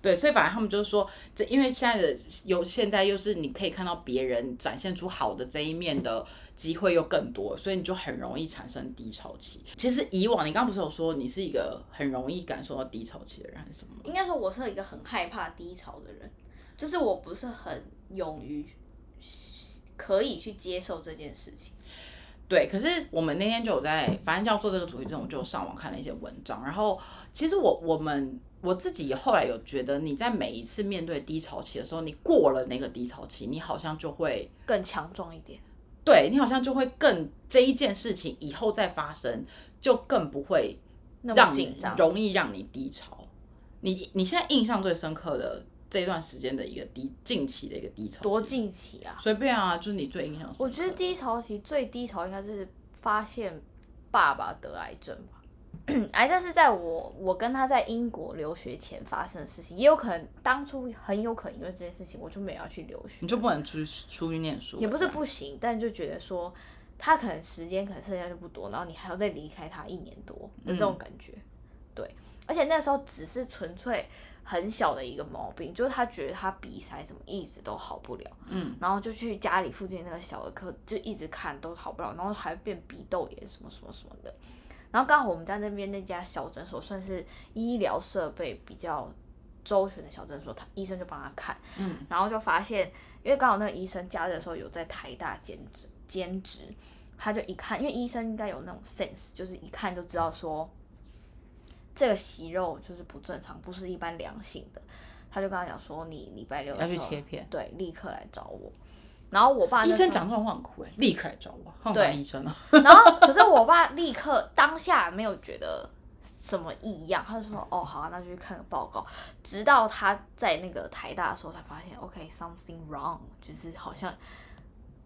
对，所以反正他们就是说，这因为现在的有现在又是你可以看到别人展现出好的这一面的机会又更多，所以你就很容易产生低潮期。其实以往你刚刚不是有说你是一个很容易感受到低潮期的人，还是什么吗？
应该说我是一个很害怕低潮的人，就是我不是很勇于可以去接受这件事情。
对，可是我们那天就有在，反正要做这个主题之前，我就上网看了一些文章，然后其实我我们我自己后来有觉得，你在每一次面对低潮期的时候，你过了那个低潮期，你好像就会
更强壮一点，
对你好像就会更这一件事情以后再发生，就更不会
那么
让
紧
你
张，
容易让你低潮。你你现在印象最深刻的这一段时间的一个低近期的一个低潮，
多？近期啊！
随便啊，就是你最印象深刻的。
我觉得低潮期最低潮应该是发现爸爸得癌症吧， 哎，这是在我我跟他在英国留学前发生的事情，也有可能当初很有可能因为这件事情，我就没有要去留学
你，就不能出去出去念书了？
也不是
这样
不行，但就觉得说他可能时间可能剩下就不多，然后你还要再离开他一年多的这
嗯
种感觉，对，而且那时候只是纯粹很小的一个毛病，就是他觉得他鼻塞什么一直都好不了，
嗯，
然后就去家里附近那个小儿科就一直看都好不了，然后还变鼻窦炎什么什么什么的。然后刚好我们家那边那家小诊所算是医疗设备比较周全的小诊所，他医生就帮他看，
嗯，
然后就发现，因为刚好那个医生假日的时候有在台大兼职兼职，他就一看，因为医生应该有那种 sense，就是一看就知道说这个息肉就是不正常，不是一般良性的，他就跟他讲说你礼拜六的
要去
时候
切片
对，立刻来找我。然后我爸
医
啊那时
生
候
讲这种话很酷哎，立刻来找我，看我
对
当医生啊。
然后可是我爸立刻当下没有觉得什么异样，他就说哦好、啊，那就去看个报告。直到他在那个台大的时候才发现，OK something wrong，就是好像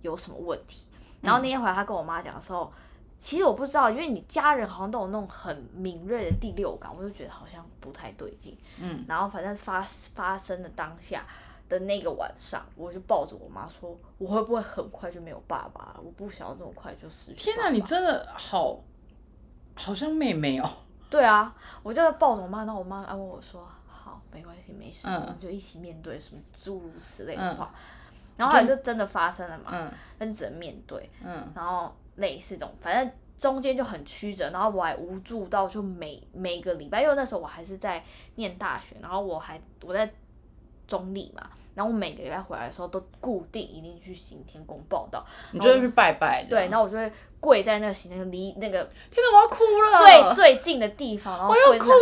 有什么问题。
嗯
然后那天回来他跟我妈讲的时候，其实我不知道，因为你家人好像都有那种很敏锐的第六感，我就觉得好像不太对劲。
嗯，
然后反正发发生的当下的那个晚上，我就抱着我妈说，我会不会很快就没有爸爸了？我不想要这么快就失去。
天哪，你！真的好，好像妹妹哦。
对啊，我就抱着我妈，然后我妈安慰我说，好，没关系，没事，
嗯
我们就一起面对什么诸如此类的
嗯
话。然后后来就真的发生了嘛，
嗯
那就只能面对。
嗯，
然后类似这种，反正中间就很曲折，然后我还无助到就每每个礼拜，因为那时候我还是在念大学，然后我还我在中立嘛，然后我每个礼拜回来的时候都固定一定去行天宫报道，
你就会去拜拜这
对，
样。
然后我就会跪在那个行天宫离那个
天哪，我要哭了，
最最近的地方，然后
我要
跪在
哭了，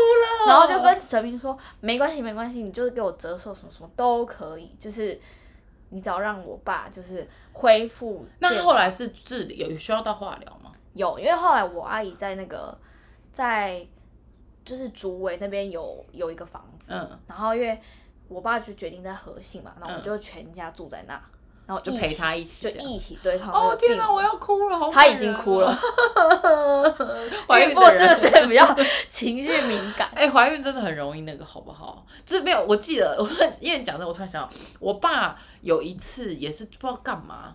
然后就跟神明说，没关系，没关系，你就是给我折寿什么什么都可以，就是你只要让我爸就是恢复健
那他后来是治理有需要到化疗吗？
有，因为后来我阿姨在那个在就是竹围那边有有一个房子，
嗯，
然后因为我爸就决定在和信嘛，然后
嗯
我们就全家住在那，然后
就
一
陪
起
他一起
就
这样。
一起对抗那
哦
个
天
病
哪，
魔
我要哭了，好
他已
感
经
人
哭
哦
了，，
怀
孕
孕
妇
的
是
人
不是比较情绪敏感？
哎、怀孕真的很容易那个，好不好？这没有，我记得，我 突然因为讲这，我突然想到，我爸有一次也是不知道干嘛，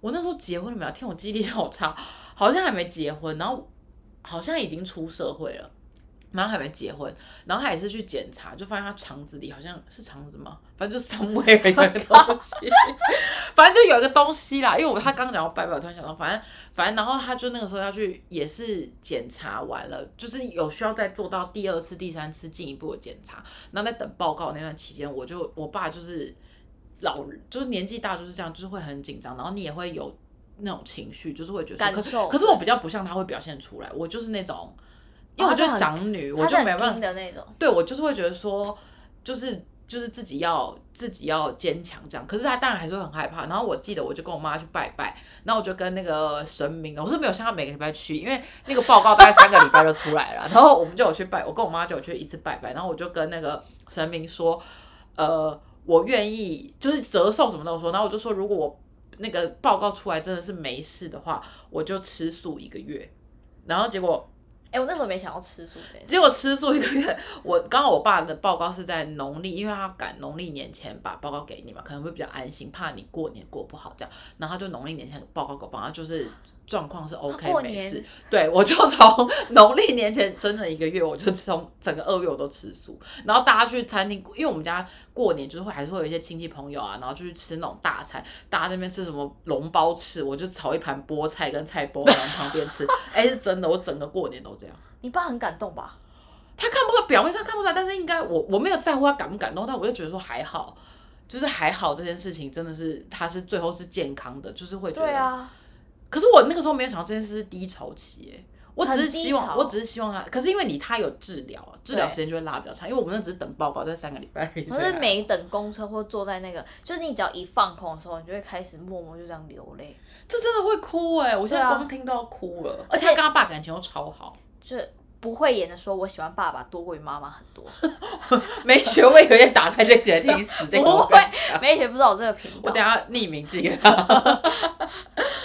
我那时候结婚了没有？天，我记忆力好差，好像还没结婚，然后好像已经出社会了。然后还没结婚，然后他也是去检查，就发现他肠子里好像是肠子吗？反正就 somewhere 有一个东西，反正就有一个东西啦。因为我他刚讲到拜拜，我突然想到，反正反正然后他就那个时候要去，也是检查完了，就是有需要再做到第二次、第三次进一步的检查。那在等报告那段期间，我就我爸就是老人，就是年纪大就是这样，就是会很紧张，然后你也会有那种情绪，就是会觉得说
感
可
受
可是我比较不像他会表现出来，我就是那种，因为我
哦他是
就
很
是长女， 我
他
就是没
很
办
拼
法，
的那种，
对我就是会觉得说，就是就是自己要自己要坚强这样。可是他当然还是会很害怕。然后我记得我就跟我妈去拜拜，然后我就跟那个神明，我是没有像他每个礼拜去，因为那个报告大概三个礼拜就出来了。然后我们就有去拜，我跟我妈就有去一次拜拜，然后我就跟那个神明说，呃，我愿意就是折寿什么的，我说，然后我就说如果我。那个报告出来真的是没事的话，我就吃素一个月。然后结果
哎，我那时候没想要吃素这件事
结果吃素一个月，我刚好我爸的报告是在农历，因为他赶农历年前把报告给你嘛，可能会比较安心，怕你过年过不好这样。然后他就农历年前报告给我爸，然后就是状况是 OK
啊过
没
年
事。对，我就从 农历年前整整一个月，我就从整个二月我都吃素。然后大家去餐厅，因为我们家过年就是会还是会有一些亲戚朋友啊，然后就去吃那种大餐，大家那边吃什么笼包翅，我就炒一盘菠菜跟菜包，然后旁边吃。 哎、是真的，我整个过年都这样。
你爸很感动吧？
他看不出来，表面上看不出来，但是应该我我没有在乎他感不感动，但我就觉得说还好，就是还好这件事情真的是他是最后是健康的，就是会觉得。
对啊，
可是我那个时候没有想到这件事是低潮期、欸，我只是
很低
希望，
潮
我只是希望他，可是因为你他有治疗啊，治疗
对
时间就会拉比较长，因为我们那只是等报告，在三个礼拜而已。
可
所以啊
是
还
每等公车或坐在那个，就是你只要一放空的时候，你就会开始默默就这样流泪，
这真的会哭哎、我现在
对啊
光听都要哭了，而且他跟他爸感情又超好，
就是不会演的说我喜欢爸爸多过于妈妈很 多，
没学位有点打开就觉 得听死定了。
不
我
会
跟你讲，
梅姐不知道我这个频
我
道
等一，下匿名寄给他。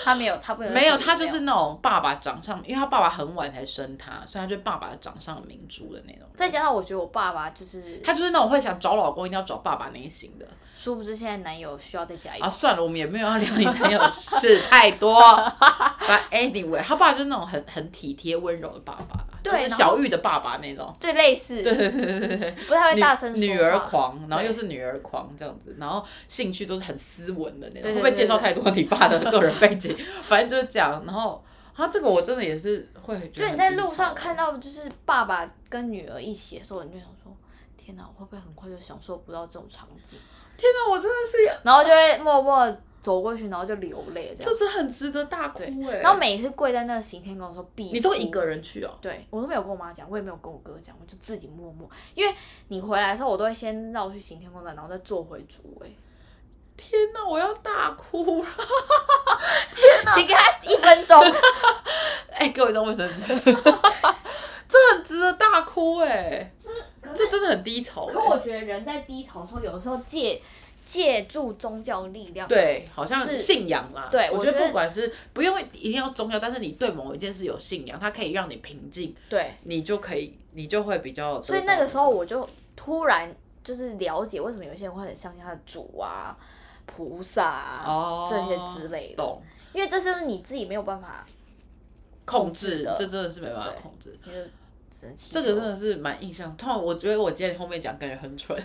他没有，他不能
没有，
受理
他就是那种爸爸掌上，因为他爸爸很晚才生他，所以他就爸爸掌上明珠的那种。
再加上我觉得我爸爸就是，
他就是那种会想找老公一定要找爸爸那一型的
殊不知现在男友需要再加一
啊！
个，
算了，我们也没有要聊你男友事太 多。But anyway，他爸就是那种很很体贴温柔的爸爸，
对
就是
然
小
后
玉的爸爸那种。
对，类似，
对对对对对，
不太会
女
大声说
女儿
话
狂，然后
对
又是女儿狂这样子，然后兴趣都是很斯文的那种。
对对
会不会
对
介绍
对
太多你爸的个人背景？ 反正就是这样。然后啊，这个我真的也是会觉得
就
很
你在
低
路
潮
上看到就是爸爸跟女儿一起的时候，你就想说。天哪，我会不会很快就享受不到这种场景？
天哪，我真的是
然后就会默默地走过去，然后就流泪这
这
样。
是很值得大哭
对
哎、
然后每一次跪在那个刑天跟我说必
你都
哭
一个人去哦、
对我都没有跟我妈讲，我也没有跟我哥讲，我就自己默默。因为你回来的时候，我都会先绕去行天宫站，然后再坐回主位，
天哪，我要大哭了！
请给他一分钟。
哎、给我一张卫生纸， 这很值得大哭哎、
可
这真的很低潮、欸。
可我觉得人在低潮的时候，有的时候借借助宗教力量，
对，好像
是
信仰啦。
对
我觉
我觉
得
得
不管是不用一定要宗教，但是你对某一件事有信仰，它可以让你平静，
对，
你就可以，你就会比较得到。
所以那个时候我就突然就是了解为什么有些人会很相信他的主啊、菩萨啊、
哦，
这些之类的，
懂
因为这就是你自己没有办法，
控
控制
制
的，
这真的是没办法
对
控制。
你就只能祈
这
求
个真的是蛮印象，通常我觉得我今天后面讲感觉很蠢，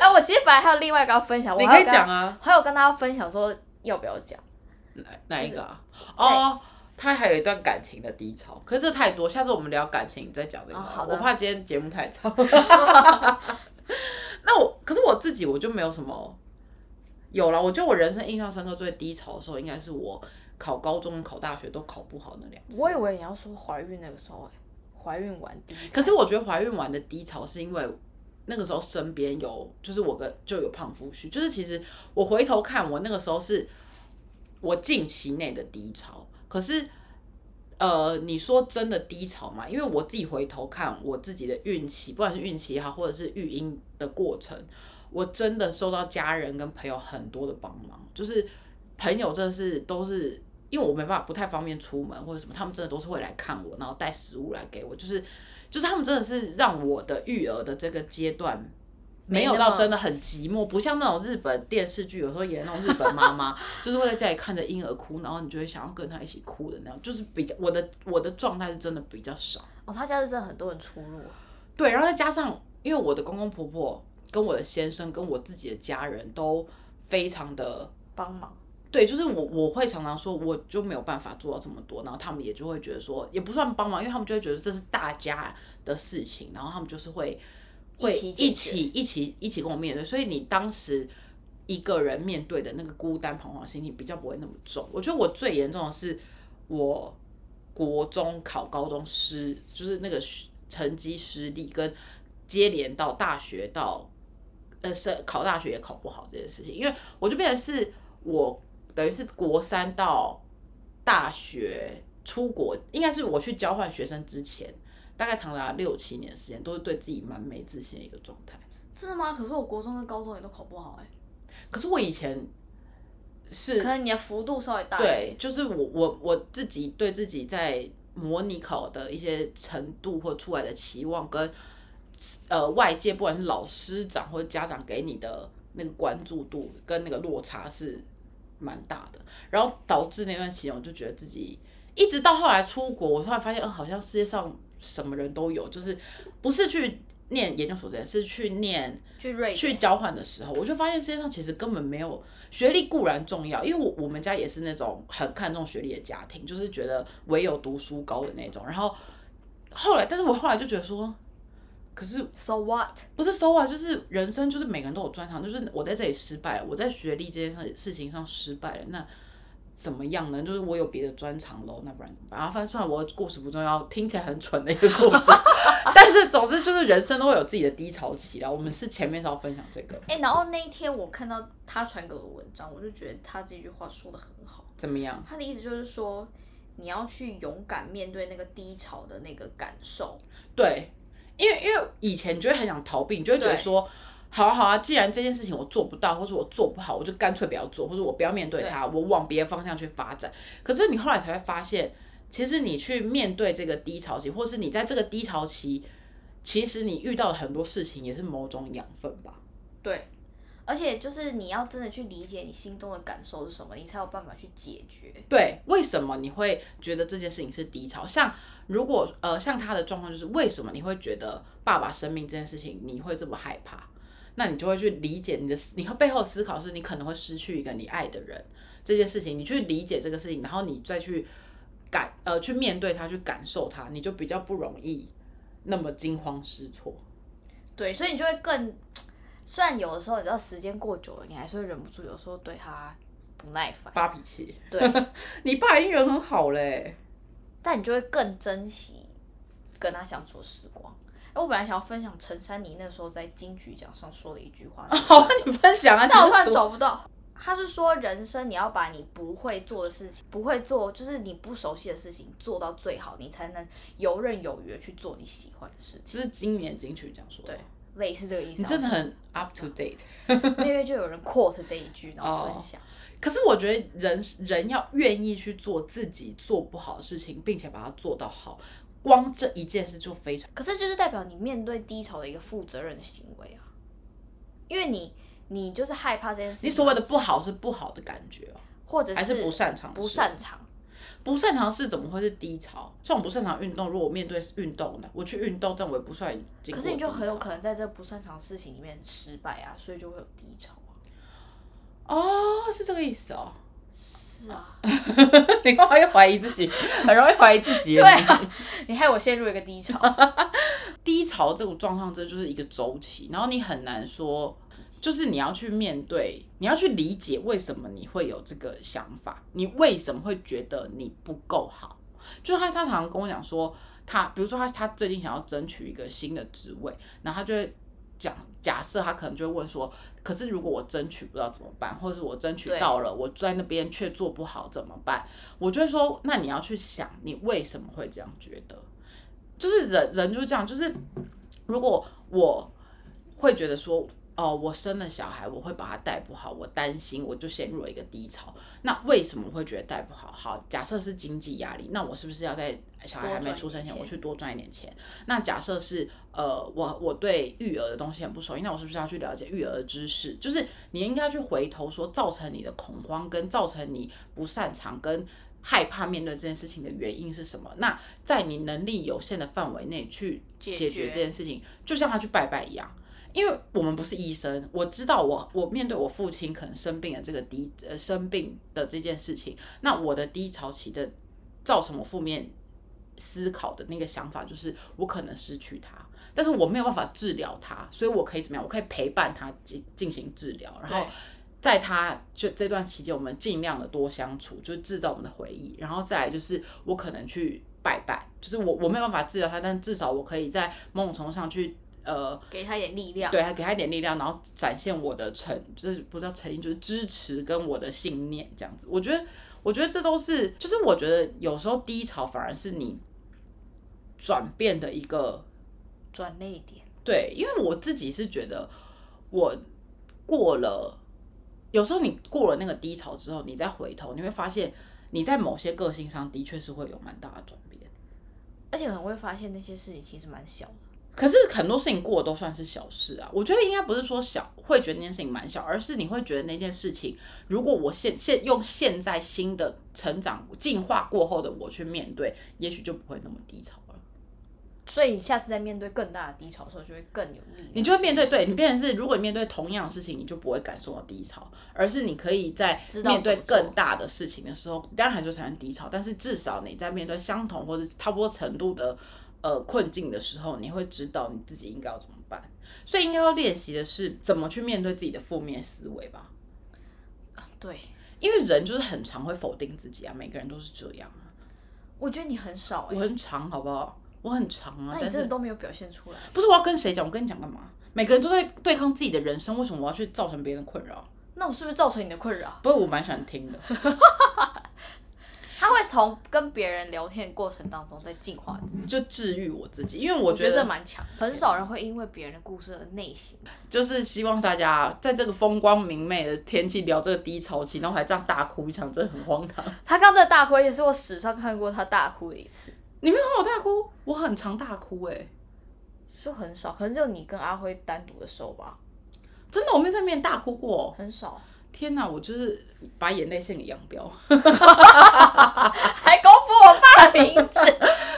哎、我其实本来还有另外一个要分享，我
你
还
可
有
以
跟他
讲啊，
还有跟大家分享说要不要讲，
哪哪一个啊？哦，他还有一段感情的低潮，可是这太多，下次我们聊感情再讲这个
哦
好了。
好的
我怕今天节目太长。 那我可是我自己我就没有什么，有了，我觉得我人生印象深刻最低潮的时候，应该是我考高中、考大学都考不好那两次。
我以为你要说怀孕那个时候、哎，怀孕完第一，
可是我觉得怀孕完的低潮是因为那个时候身边有，就是我跟就有胖夫婿，就是其实我回头看，我那个时候是我近期内的低潮。可是，呃，你说真的低潮嘛？因为我自己回头看我自己的孕期，不管是孕期也好，或者是育婴的过程，我真的受到家人跟朋友很多的帮忙，就是朋友真的是都是。因为我没办法，不太方便出门或者什么，他们真的都是会来看我，然后带食物来给我，就是就是他们真的是让我的育儿的这个阶段。没有
没那么
到真的很寂寞，不像那种日本电视剧，有时候演那种日本妈妈，就是会在家里看着婴儿哭，然后你就会想要跟他一起哭的那样，就是比较我的我的状态是真的比较少。
哦，他家是真的很多人出入，
对，然后再加上，因为我的公公婆婆跟我的先生跟我自己的家人都非常的
帮忙，
对，就是我我会常常说，我就没有办法做到这么多，然后他们也就会觉得说，也不算帮忙，因为他们就会觉得这是大家的事情，然后他们就是会会
一起解决
一起一起一起跟我面对，所以你当时一个人面对的那个孤单彷徨的心情比较不会那么重。我觉得我最严重的是我国中考高中失，就是那个学成绩失利，跟接连到大学到呃是考大学也考不好这件事情，因为我就变成是我等于是国三到大学出国，应该是我去交换学生之前，大概长达六七年的时间，都是对自己蛮没自信的一个状态。
真的吗？可是我国中跟高中也都考不好、
可是我以前
哎，
是
可能你的幅度稍微大一
对
点，，
就是我我我自己对自己在模拟考的一些程度或出来的期望跟，呃外界不管是老师长或者家长给你的那个关注度跟那个落差是蛮大的，然后导致那段期间我就觉得自己一直到后来出国，我突然发现，嗯，好像世界上什么人都有，就是不是去念研究所这件事，是去念
去瑞典
去交换的时候，我就发现世界上其实根本没有学历固然重要，因为我我们家也是那种很看重学历的家庭，就是觉得唯有读书高的那种。然后后来，但是我后来就觉得说，可是
So what？
不是 so 啊，就是人生就是每个人都有专长，就是我在这里失败了，我在学历这件事事情上失败了，那怎么样呢？就是我有别的专长喽，那不然怎么办？啊，反正算了，我的故事不重要，听起来很蠢的一个故事， 但是总之就是人生都会有自己的低潮期啦。我们是前面是要分享这个。
哎、然后那一天我看到他传给我的文章，我就觉得他这句话说的很好。
怎么样？
他的意思就是说，你要去勇敢面对那个低潮的那个感受。
对，因为因为以前就会很想逃避，你就会觉得
对
说好啊好啊，既然这件事情我做不到，或者我做不好，我就干脆不要做，或者我不要面对它，我往别的方向去发展。可是你后来才会发现，其实你去面对这个低潮期，或是你在这个低潮期，其实你遇到的很多事情也是某种养分吧。
对，而且就是你要真的去理解你心中的感受是什么，你才有办法去解决。
对，为什么你会觉得这件事情是低潮？像如果呃，像他的状况就是，为什么你会觉得爸爸生病这件事情你会这么害怕？那你就会去理解你的思，你背后思考是你可能会失去一个你爱的人这件事情，你去理解这个事情，然后你再去感呃去面对它，去感受它，你就比较不容易那么惊慌失措。
对，所以你就会更，虽然有的时候你知道时间过久了，你还是会忍不住有时候对他不耐烦，
发脾气，
对，
你爸已经人很好 嘞，
但你就会更珍惜跟他相处的时光。哎，我本来想要分享陈珊妮那时候在金曲奖上说的一句话，
好啊，你分享 啊，
但我
你
突
是
然
读
找不到。他是说，人生你要把你不会做的事情，不会做，就是你不熟悉的事情做到最好，你才能游刃有余的去做你喜欢的事情，
这是今年金曲奖说的，
对类似这个意思。
你真的 很 up to date。
那月就有人 quote 这一句，然后
哦
分享。
可是我觉得人人要愿意去做自己做不好的事情，并且把它做到好，光这一件事就非常
可是就是代表你面对低潮的一个负责任的行为啊，因为你你就是害怕这件事情，
你所谓的不好是不好的感觉哦、
或者
还是不擅长的
不
事
擅长，
不擅长是怎么会是低潮？像我不擅长运动，如果我面对运动呢，我去运动，但我也不算经
可
过
是你就
低
很有
潮
可能在这不擅长的事情里面失败啊，所以就会有低潮啊。
哦，是这个意思哦。
是啊，
你干嘛又怀疑自己？很容易怀疑自 己。
对啊，你害我陷入一个低 潮。
低潮这种状况，这就是一个周期，然后你很难说，就是你要去面对，你要去理解为什么你会有这个想法，你为什么会觉得你不够好？就是他，他常常跟我讲说，他比如说他他最近想要争取一个新的职位，然后他就会讲假设他可能就会问说，可是如果我争取不到怎么办，或者是我争取
对
到了，我在那边却做不好怎么办？我就会说，那你要去想你为什么会这样觉得，就是人人就是这样，就是如果我会觉得说。哦，我生了小孩，我会把他带不好，我担心，我就陷入了一个低潮。那为什么会觉得带不好？好，假设是经济压力，那我是不是要在小孩还没出生前，
多赚一点钱
我去多赚一点钱？那假设是呃，我我对育儿的东西很不熟悉，那我是不是要去了解育儿的知识？就是你应该去回头说，造成你的恐慌跟造成你不擅长跟害怕面对这件事情的原因是什么？那在你能力有限的范围内去
解
解
决
决这件事情，就像他去拜拜一样。因为我们不是医生，我知道我我面对我父亲可能生病的这个低呃生病的这件事情，那我的低潮期的造成我负面思考的那个想法就是我可能失去他，但是我没有办法治疗他，所以我可以怎么样？我可以陪伴他进进行治疗，然后
对
在他就这段期间，我们尽量的多相处，就是制造我们的回忆，然后再来就是我可能去拜拜，就是我我没有办法治疗他，但至少我可以在某种程度上去呃
给他一点力量。
对，还给他一点力量，然后展现我的诚，就是不知道诚意，就是支持跟我的信念这样子。我觉得，我觉得这都是，就是我觉得有时候低潮反而是你转变的一个
转泪点，
对，因为我自己是觉得我过了，有时候你过了那个低潮之后，你再回头，你会发现你在某些个性上的确是会有蛮大的转变。
而且可能会发现那些事情其实蛮小的。
可是很多事情过的都算是小事啊，我觉得应该不是说小会觉得那件事情蛮小，而是你会觉得那件事情，如果我现现用现在新的成长进化过后的我去面对，也许就不会那么低潮了。
所以你下次在面对更大的低潮的时候，就会更有力量。
你就会面对，对你变成是，如果你面对同样的事情，你就不会感受到低潮，而是你可以在
知道
面对
怎么做
更大的事情的时候，当然还是产生低潮，但是至少你在面对相同或者差不多程度的呃困境的时候，你会知道你自己应该要怎么办。所以应该要练习的是怎么去面对自己的负面思维吧，
对，
因为人就是很常会否定自己啊，每个人都是这样啊。
我觉得你很少哎、
我很常，好不好？我很常啊，
那你
但
真
是
的都没有表现出来。
不是我要跟谁讲，我跟你讲干嘛？每个人都在对抗自己的人生，为什么我要去造成别人的困扰？
那我是不是造成你的困扰？
不过我蛮喜欢听的，
他会会从跟别人聊天的过程当中在进化自 己。
就治愈我自己，因为我
我
觉
觉得
得
这蛮强，很少人会因为别人的故事而内省。
就是希望大家在这个风光明媚的天气聊这个低潮期，然后还这样大哭一场，真的很荒唐。
他刚才大哭，也是我史上看过他大哭的一次，
你没有看我大哭，我很常大哭哎、
就很少，可能就你跟阿辉单独的时候吧，
真的我没有在面大哭过。
很少，
天哪，我就是把眼泪献给杨彪。
还公布我爸的名字。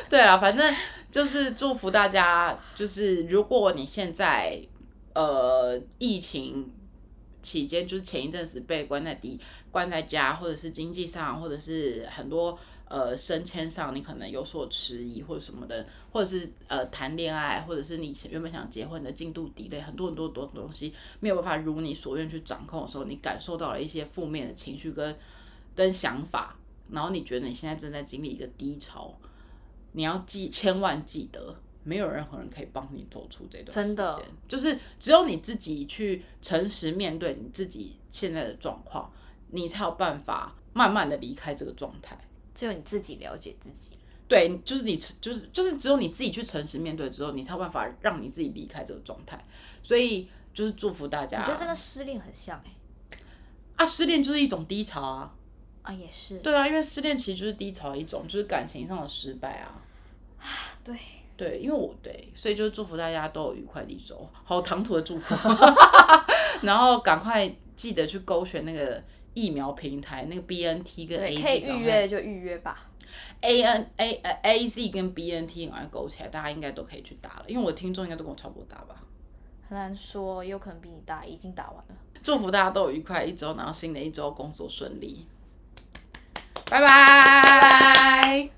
对啊，反正就是祝福大家，就是如果你现在呃疫情期间，就是前一阵子被关在底关在家，或者是经济上，或者是很多呃升迁上，你可能有所迟疑或者什么的，或者是呃谈恋爱，或者是你原本想结婚的进度 delay，很多很多很多东西没有办法如你所愿去掌控的时候，你感受到了一些负面的情绪跟跟想法，然后你觉得你现在正在经历一个低潮。你要记，千万记得，没有任何人可以帮你走出这段时
真
间，
的
就是只有你自己去诚实面对你自己现在的状况，你才有办法慢慢的离开这个状态。
只有你自己了解自己，
对，就是你，就是就是只有你自己去诚实面对之后，你才有办法让你自己离开这个状态。所以就是祝福大
我
家
觉得这跟失恋很像哎、
啊，失恋就是一种低潮啊，
啊也是，
对啊，因为失恋其实就是低潮的一种，就是感情上的失败啊。
对，
对，因为我对，所以就是祝福大家都有愉快的一周，好唐突的祝福。 然后赶快记得去勾选那个疫苗平台，那个 B N T 跟 A
对，可以
Z
预约就预约吧。
A N A A Z 跟 B N T 赶快勾起来，大家应该都可以去打了，因为我的听众应该都跟我差不多打吧。
很难说，也有可能比你大，已经打完了。
祝福大家都有愉快的一周，然后新的一周工作顺利，拜拜。